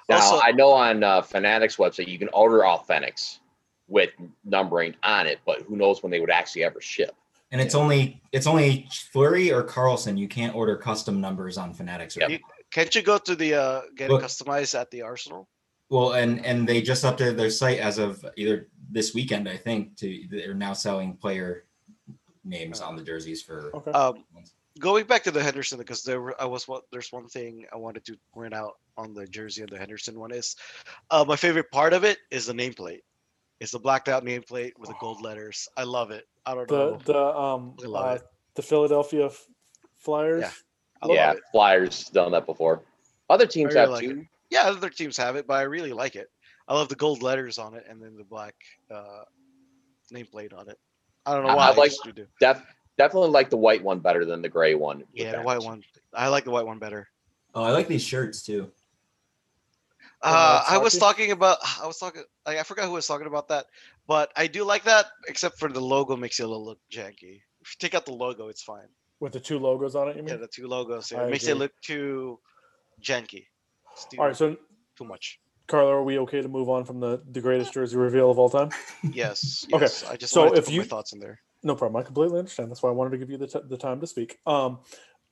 Speaker 2: Now
Speaker 3: Also-
Speaker 2: I know on uh, Fanatics website you can order Authentics with numbering on it, but who knows when they would actually ever ship?
Speaker 1: And it's only it's only Flurry or Carlson. You can't order custom numbers on Fanatics. Right
Speaker 2: Yep.
Speaker 1: now.
Speaker 3: Can't you go to the uh, get it
Speaker 1: Look.
Speaker 3: customized at the Arsenal?
Speaker 1: Well, and and they just updated their site as of either this weekend, I think. To they're now selling player names on the jerseys for.
Speaker 4: Okay.
Speaker 3: Um, going back to the Henderson because there were- I was what there's one thing I wanted to point out on the jersey of the Henderson one is uh, my favorite part of it is the nameplate. It's the blacked out nameplate with the gold letters. I love it. I don't know.
Speaker 4: the the um
Speaker 3: I love
Speaker 4: uh,
Speaker 3: it.
Speaker 4: the Philadelphia F- Flyers.
Speaker 3: Yeah. I love
Speaker 2: yeah,
Speaker 3: it.
Speaker 2: Flyers done that before. Other teams
Speaker 3: I
Speaker 2: have
Speaker 3: really like
Speaker 2: too.
Speaker 3: Yeah, other teams have it, but I really like it. I love the gold letters on it and then the black uh, nameplate on it. I don't know
Speaker 2: I-
Speaker 3: why.
Speaker 2: I like-
Speaker 3: just do.
Speaker 2: Def- definitely like the white one better than the gray one. with
Speaker 3: Yeah, the
Speaker 2: that.
Speaker 3: white one. I like the white one better.
Speaker 1: Oh, I like these shirts too.
Speaker 4: Or
Speaker 3: Uh,
Speaker 4: Matt
Speaker 3: I was
Speaker 4: Sarkis?
Speaker 3: talking about. I was talking. Like, I forgot who was talking about that, but I do like that. Except for the logo makes it a little look janky. If you take out the logo, it's fine.
Speaker 4: with the two logos on it. You mean?
Speaker 3: Yeah, the two logos. It
Speaker 4: I
Speaker 3: makes it
Speaker 4: agree.
Speaker 3: look too janky. It's too,
Speaker 4: All right, so (laughs)
Speaker 3: too much.
Speaker 4: Carlo, are we okay to move on from the the greatest jersey reveal of all time?
Speaker 3: Yes.
Speaker 4: Okay,
Speaker 3: yes. I just
Speaker 4: so
Speaker 3: wanted to
Speaker 4: if
Speaker 3: put
Speaker 4: you-
Speaker 3: my thoughts in there.
Speaker 4: No problem. I completely understand. That's why I wanted to give you the, t- the time to speak. Um,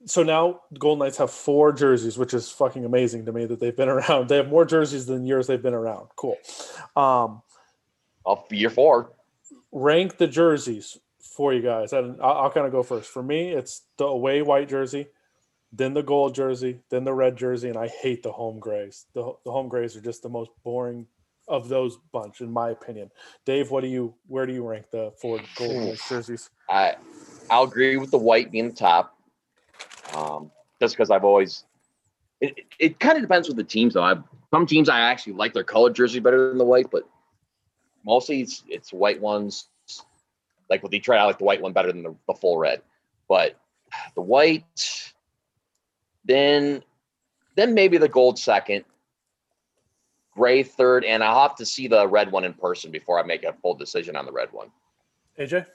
Speaker 4: so now the Golden Knights have four jerseys, which is fucking amazing to me that they've been (laughs) around. They have more jerseys than years they've been around. Cool. Um,
Speaker 2: Of year four.
Speaker 4: rank the jerseys for you guys. And I'll, I'll kind of go first. For me, it's the away white jersey, then the gold jersey, then the red jersey, and I hate the home grays. The, the home grays are just the most boring of those bunch, in my opinion. Dave, what do you? Where do you rank the four gold Knights jerseys?
Speaker 2: I I'll agree with the white being the top. Um, just because I've always it, it, it kind of depends with the teams though. I've some teams I actually like their color jersey better than the white, but mostly it's it's white ones. Like with Detroit, I like the white one better than the, the full red. But the white, then then maybe the gold second, gray third, and I'll have to see the red one in person before I make a full decision on the red one.
Speaker 4: AJ,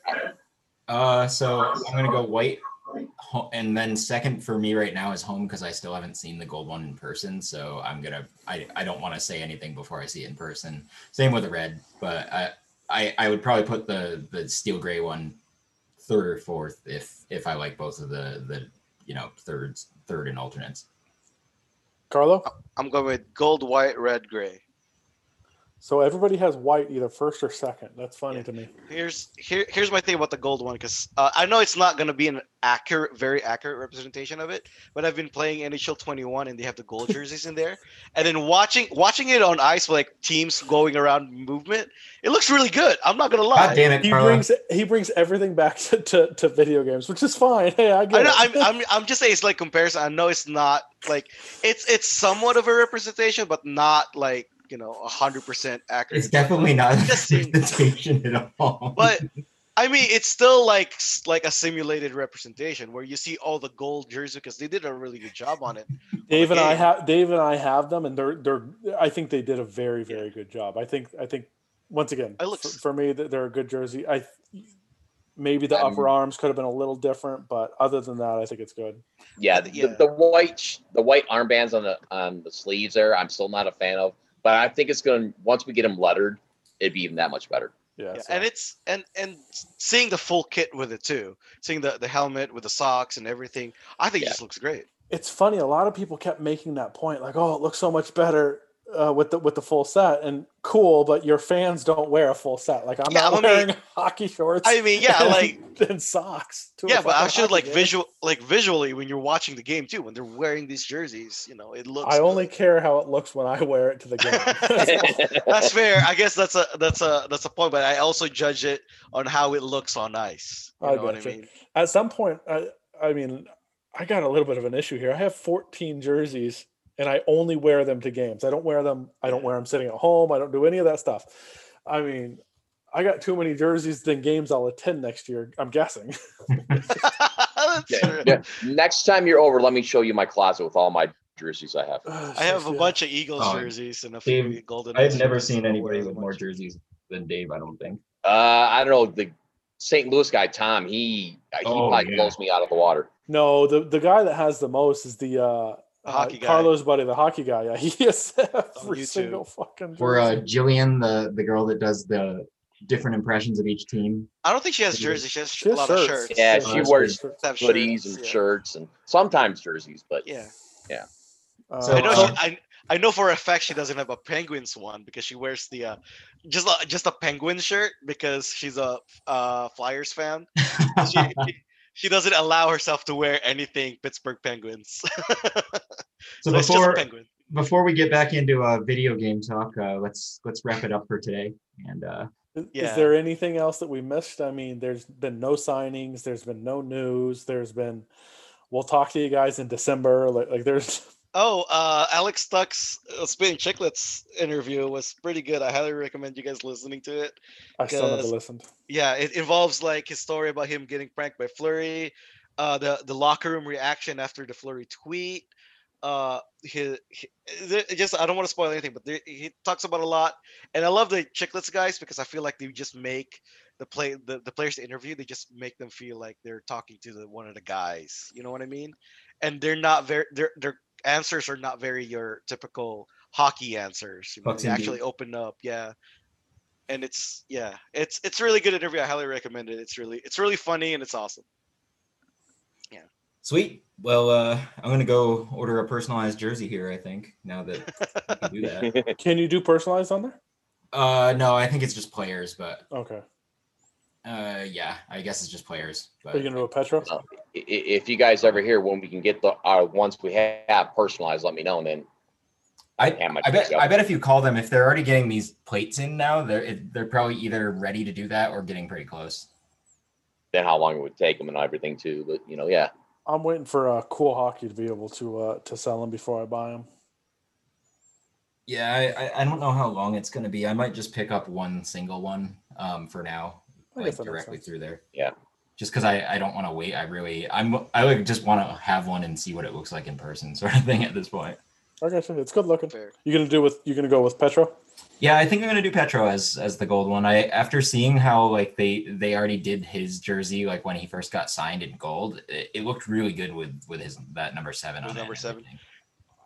Speaker 1: Uh, so I'm gonna go white, ho- and then second for me right now is home because I still haven't seen the gold one in person. So I'm gonna I I don't want to say anything before I see it in person. Same with the red, but I I, I would probably put the the steel gray one third or fourth if if I like both of the the you know thirds third and alternates.
Speaker 4: Carlo.
Speaker 3: I'm going with gold, white, red, gray.
Speaker 4: So everybody has white either first or second. That's funny
Speaker 3: Yeah.
Speaker 4: to me.
Speaker 3: Here's here here's my thing about the gold one because uh, I know it's not gonna be an accurate, very accurate representation of it, but I've been playing NHL 21 and they have
Speaker 1: (laughs)
Speaker 3: the gold jerseys in there, and then watching watching it on ice with like teams going around movement, it looks really good. I'm not gonna lie.
Speaker 1: God damn it,
Speaker 4: He
Speaker 1: Carlo.
Speaker 4: brings he brings everything back (laughs) to, to, to video games, which is fine. Hey, I get
Speaker 3: I know,
Speaker 4: it.
Speaker 3: I'm, I'm, I'm just saying it's like comparison. I know it's not like it's it's somewhat of a representation, but not like you know hundred percent accurate.
Speaker 1: it's definitely not a
Speaker 3: (laughs)
Speaker 1: (laughs)
Speaker 3: Just seeing-
Speaker 1: representation at all.
Speaker 3: but I mean, it's still like s- like a simulated representation where you see all the gold jerseys because they did a really good job on it.
Speaker 4: Dave and I
Speaker 3: game.
Speaker 4: have Dave and I have them, and they're they're. I think they did a very very good job. I think I think once again
Speaker 3: I looked-
Speaker 4: for, for me that they're a good jersey. I th- maybe the
Speaker 2: I'm-
Speaker 4: upper arms could have been a little different, but other than that, I think it's good.
Speaker 2: Yeah,
Speaker 3: Th-
Speaker 2: the,
Speaker 3: yeah.
Speaker 2: the white sh- the white armbands on the on the sleeves there, I'm still not a fan of, but I think it's going to once we get them lettered, it'd be even that much
Speaker 3: (laughs)
Speaker 2: better.
Speaker 4: Yeah,
Speaker 3: Yeah,
Speaker 4: so-
Speaker 3: and it's and and s- seeing the full kit with it too, seeing the the helmet with the socks and everything, I think
Speaker 2: Yeah.
Speaker 3: it just looks great.
Speaker 4: it's funny. A lot of people kept making that point, like, "Oh, it looks so much better." Uh, with the with the full set and cool, but your fans don't wear a full set. Like I'm
Speaker 3: Yeah,
Speaker 4: not
Speaker 3: I mean-
Speaker 4: wearing (laughs) hockey shorts.
Speaker 3: I mean,
Speaker 4: (laughs)
Speaker 3: yeah,
Speaker 4: and-
Speaker 3: like
Speaker 4: and socks. to a
Speaker 3: yeah, but I
Speaker 4: fucking
Speaker 3: should
Speaker 4: hockey
Speaker 3: like
Speaker 4: game.
Speaker 3: visual like visually when you're watching the game too, when they're wearing these jerseys, you know, it looks.
Speaker 4: I only
Speaker 3: good.
Speaker 4: care how it looks when I wear it
Speaker 3: (laughs)
Speaker 4: to the game. (laughs)
Speaker 3: that's fair. I guess that's a that's a that's a point, but I also judge it on how it looks on ice. You
Speaker 4: I
Speaker 3: know what I
Speaker 4: gotcha. (laughs)
Speaker 3: mean? (laughs)
Speaker 4: at some point I, I mean i got a little bit of an issue here i have 14 jerseys and i only wear them to games i don't wear them i don't wear them sitting at home i don't do any of that stuff i mean i got too many jerseys than games i'll attend next year i'm guessing (sighs)
Speaker 3: That's
Speaker 2: Yeah,
Speaker 3: true.
Speaker 2: yeah. Next time you're over, let me show you my closet with all my jerseys I have. Uh,
Speaker 3: I have a bunch of Eagles
Speaker 1: Oh,
Speaker 3: jerseys and a
Speaker 1: Dave,
Speaker 3: few Golden.
Speaker 1: I've
Speaker 3: Knights
Speaker 1: never
Speaker 3: jerseys.
Speaker 1: seen
Speaker 3: I'll
Speaker 1: anybody
Speaker 3: wear
Speaker 1: with
Speaker 3: them
Speaker 1: more
Speaker 3: once.
Speaker 1: jerseys than Dave. I don't think.
Speaker 2: Uh, I don't know the St. Louis guy Tom. He uh, he
Speaker 1: Oh,
Speaker 2: probably
Speaker 1: yeah.
Speaker 2: blows me out of the water.
Speaker 4: no the, the guy that has the most is the uh
Speaker 3: The
Speaker 4: uh,
Speaker 3: hockey guy.
Speaker 4: Carlos buddy, the hockey guy, yeah, (laughs) he is every
Speaker 3: YouTube.
Speaker 4: single fucking.
Speaker 1: Or uh,
Speaker 4: jersey.
Speaker 1: Jillian, the the girl that does the different impressions of each team.
Speaker 3: I don't think she has
Speaker 1: Yeah.
Speaker 3: jerseys. She has sh-
Speaker 4: She
Speaker 3: a
Speaker 4: has
Speaker 3: lot of shirts.
Speaker 2: Yeah,
Speaker 1: she
Speaker 4: has
Speaker 2: wears-
Speaker 4: shirts.
Speaker 3: Have shirts,
Speaker 2: Hoodies and
Speaker 3: yeah.
Speaker 2: shirts and sometimes jerseys, but
Speaker 3: Yeah,
Speaker 4: Uh,
Speaker 1: So,
Speaker 3: I know.
Speaker 1: uh,
Speaker 3: she, I I know for a fact she doesn't have a Penguins one because she wears the uh, just a, just a Penguin shirt because she's a uh, Flyers fan. She, she doesn't allow herself to wear anything Pittsburgh Penguins.
Speaker 1: so
Speaker 3: (laughs) it's just a
Speaker 1: before
Speaker 3: penguin.
Speaker 1: before we get back into uh, video game talk, uh, let's let's wrap it up for today. And uh,
Speaker 4: Is,
Speaker 3: Yeah.
Speaker 4: is there anything else that we missed? I mean, there's been no signings, there's been no news, there's been we'll talk to you guys in December. Like, like there's (laughs)
Speaker 3: Oh, uh, Alex Tuck's uh, Spinning Chicklets interview was pretty good. I highly recommend you guys listening to it.
Speaker 4: I still never
Speaker 3: Because-
Speaker 4: listened.
Speaker 3: Yeah, it involves like his story about him getting pranked by Flurry, uh, the the locker room reaction after the Flurry tweet. Uh, his, just I don't want to spoil anything, but there, he talks about a lot, and I love the Chicklets guys because I feel like they just make the play the, the players they interview they just make them feel like they're talking to the one of the guys. You know what I mean? And they're not very their their answers are not very your typical hockey answers. You know,
Speaker 1: Pucks
Speaker 3: they
Speaker 1: and
Speaker 3: actually open up, yeah and it's yeah, it's it's a really good interview. I highly recommend it. It's really it's really funny and it's awesome.
Speaker 1: Sweet. Well, uh, I'm gonna go order a personalized jersey here. I think now that I can do that.
Speaker 4: (laughs) Can you do personalized on there?
Speaker 1: Uh, no, I think it's just players, but
Speaker 4: Okay.
Speaker 1: uh, yeah, I guess it's just players.
Speaker 4: Are you
Speaker 1: But
Speaker 4: gonna do a Petro?
Speaker 2: No. I- i- if you guys ever hear when we can get the uh, once we have personalized, let me know. And then Damn,
Speaker 1: I bet
Speaker 2: picked up.
Speaker 1: I bet if you call them, if they're already getting these plates in now, they're it- they're probably either ready to do that or getting pretty close.
Speaker 2: then how long it would take them and everything too. But you know, yeah,
Speaker 4: I'm waiting for uh, cool hockey to be able to uh, to sell them before I buy them.
Speaker 1: Yeah, I, I- I don't know how long it's gonna be. I might just pick up one single one um, for now,
Speaker 4: I
Speaker 1: like
Speaker 4: guess that makes
Speaker 1: directly
Speaker 4: sense.
Speaker 1: through there.
Speaker 2: Yeah.
Speaker 1: Just because I, I don't want to wait. I really I'm I like just want to have one and see what it looks like in person, (laughs) sort of thing at this point.
Speaker 4: Okay, so it's good looking.
Speaker 3: Fair.
Speaker 4: You're gonna do with you're gonna go with Petro.
Speaker 1: Yeah, I think I'm gonna do Petro as as the gold one. I after seeing how like they they already did his jersey like when he first got signed in gold, it, it looked really good with with his that number seven
Speaker 3: With
Speaker 1: on it
Speaker 3: number
Speaker 1: and
Speaker 3: seven.
Speaker 1: everything.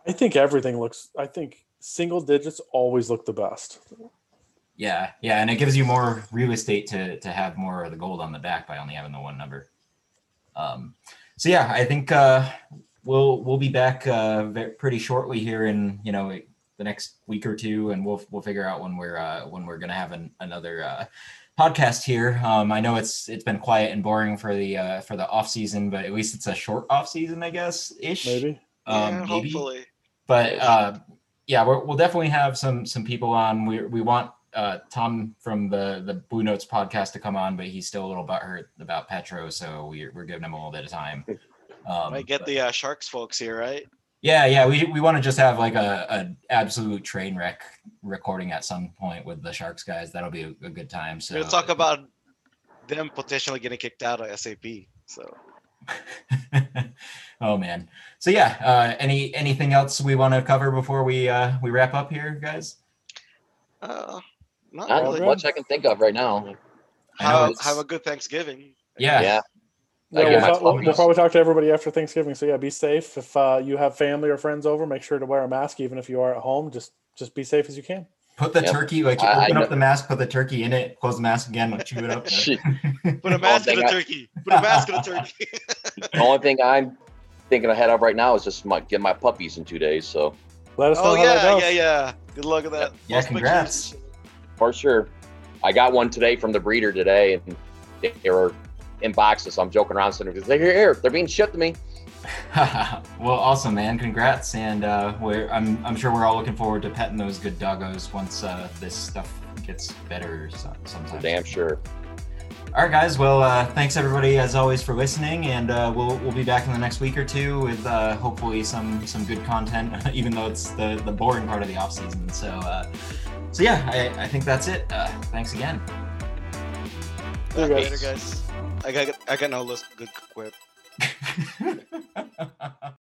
Speaker 4: I think everything looks. I think single digits always look the best.
Speaker 1: Yeah, yeah, and it gives you more real estate to to have more of the gold on the back by only having the one number. Um, so yeah, I think uh, we'll we'll be back uh, ve- pretty shortly here in you know the next week or two, and we'll we'll figure out when we're uh, when we're gonna have an, another uh, podcast here. Um, I know it's it's been quiet and boring for the uh, for the off season, but at least it's a short off season, I guess ish.
Speaker 4: Maybe
Speaker 1: Um,
Speaker 3: yeah,
Speaker 1: maybe
Speaker 3: hopefully.
Speaker 1: but uh, yeah, we're, we'll definitely have some some people on. We we want uh, Tom from the the Blue Notes podcast to come on, but he's still a little butthurt about Petro, so we're we're giving him a little bit of time. Um,
Speaker 3: Might get
Speaker 1: but-
Speaker 3: the uh, Sharks folks here, right?
Speaker 1: yeah, yeah. We we want to just have like a, a absolute train wreck recording at some point with the Sharks guys. That'll be a, a good time. So
Speaker 3: We're gonna talk about them potentially getting kicked out of SAP. So
Speaker 1: (laughs) oh man. So yeah. Uh, any anything else we want to cover before we uh, we wrap up here, guys?
Speaker 3: uh, not
Speaker 2: not
Speaker 4: really.
Speaker 2: much I can think of right now.
Speaker 1: I know
Speaker 3: Have,
Speaker 1: it's-
Speaker 3: have a good Thanksgiving.
Speaker 1: Yeah.
Speaker 2: yeah.
Speaker 4: Yeah, we'll,
Speaker 2: get my
Speaker 4: talk- we'll-
Speaker 2: phone
Speaker 4: we'll
Speaker 2: out.
Speaker 4: probably talk to everybody after Thanksgiving. So yeah, be safe. If uh, you have family or friends over, make sure to wear a mask, even if you are at home. Just just be safe as you can.
Speaker 1: Put the
Speaker 2: Yep.
Speaker 1: turkey, like you
Speaker 2: I- I
Speaker 1: open
Speaker 2: know-
Speaker 1: up the mask, put the turkey in it, close the mask again, like chew it
Speaker 2: (laughs)
Speaker 1: up.
Speaker 2: Shit.
Speaker 3: (laughs) Put a mask on
Speaker 2: they
Speaker 3: a
Speaker 2: got-
Speaker 3: turkey. Put a mask on a (laughs) turkey.
Speaker 2: The only thing I'm thinking ahead of right now is just my, get my puppies in two days. So
Speaker 4: Let us know
Speaker 3: oh
Speaker 4: how that
Speaker 3: yeah,
Speaker 4: goes.
Speaker 3: yeah, yeah. Good luck with that.
Speaker 1: Yeah,
Speaker 3: Post pictures.
Speaker 1: congrats.
Speaker 2: for sure, I got one today from the breeder today, and they they were in boxes. So I'm joking around, saying, "They're here, here, they're being shipped to me."
Speaker 1: (laughs) well, awesome, man. Congrats. And uh, we're, I'm, I'm sure we're all looking forward to petting those good doggos once uh, this stuff gets better so-
Speaker 2: So
Speaker 1: sometime.
Speaker 2: damn sure.
Speaker 1: All right, guys. Well, uh, thanks everybody as always for listening, and uh, we'll we'll be back in the next week or two with uh, hopefully some some good content, (laughs) even though it's the the boring part of the off season. So, uh, so yeah, I, I think that's it. Uh, thanks again. (laughs)
Speaker 4: You guys.
Speaker 3: Later, guys. I got I got no list. Good quip.
Speaker 1: Ha ha ha ha.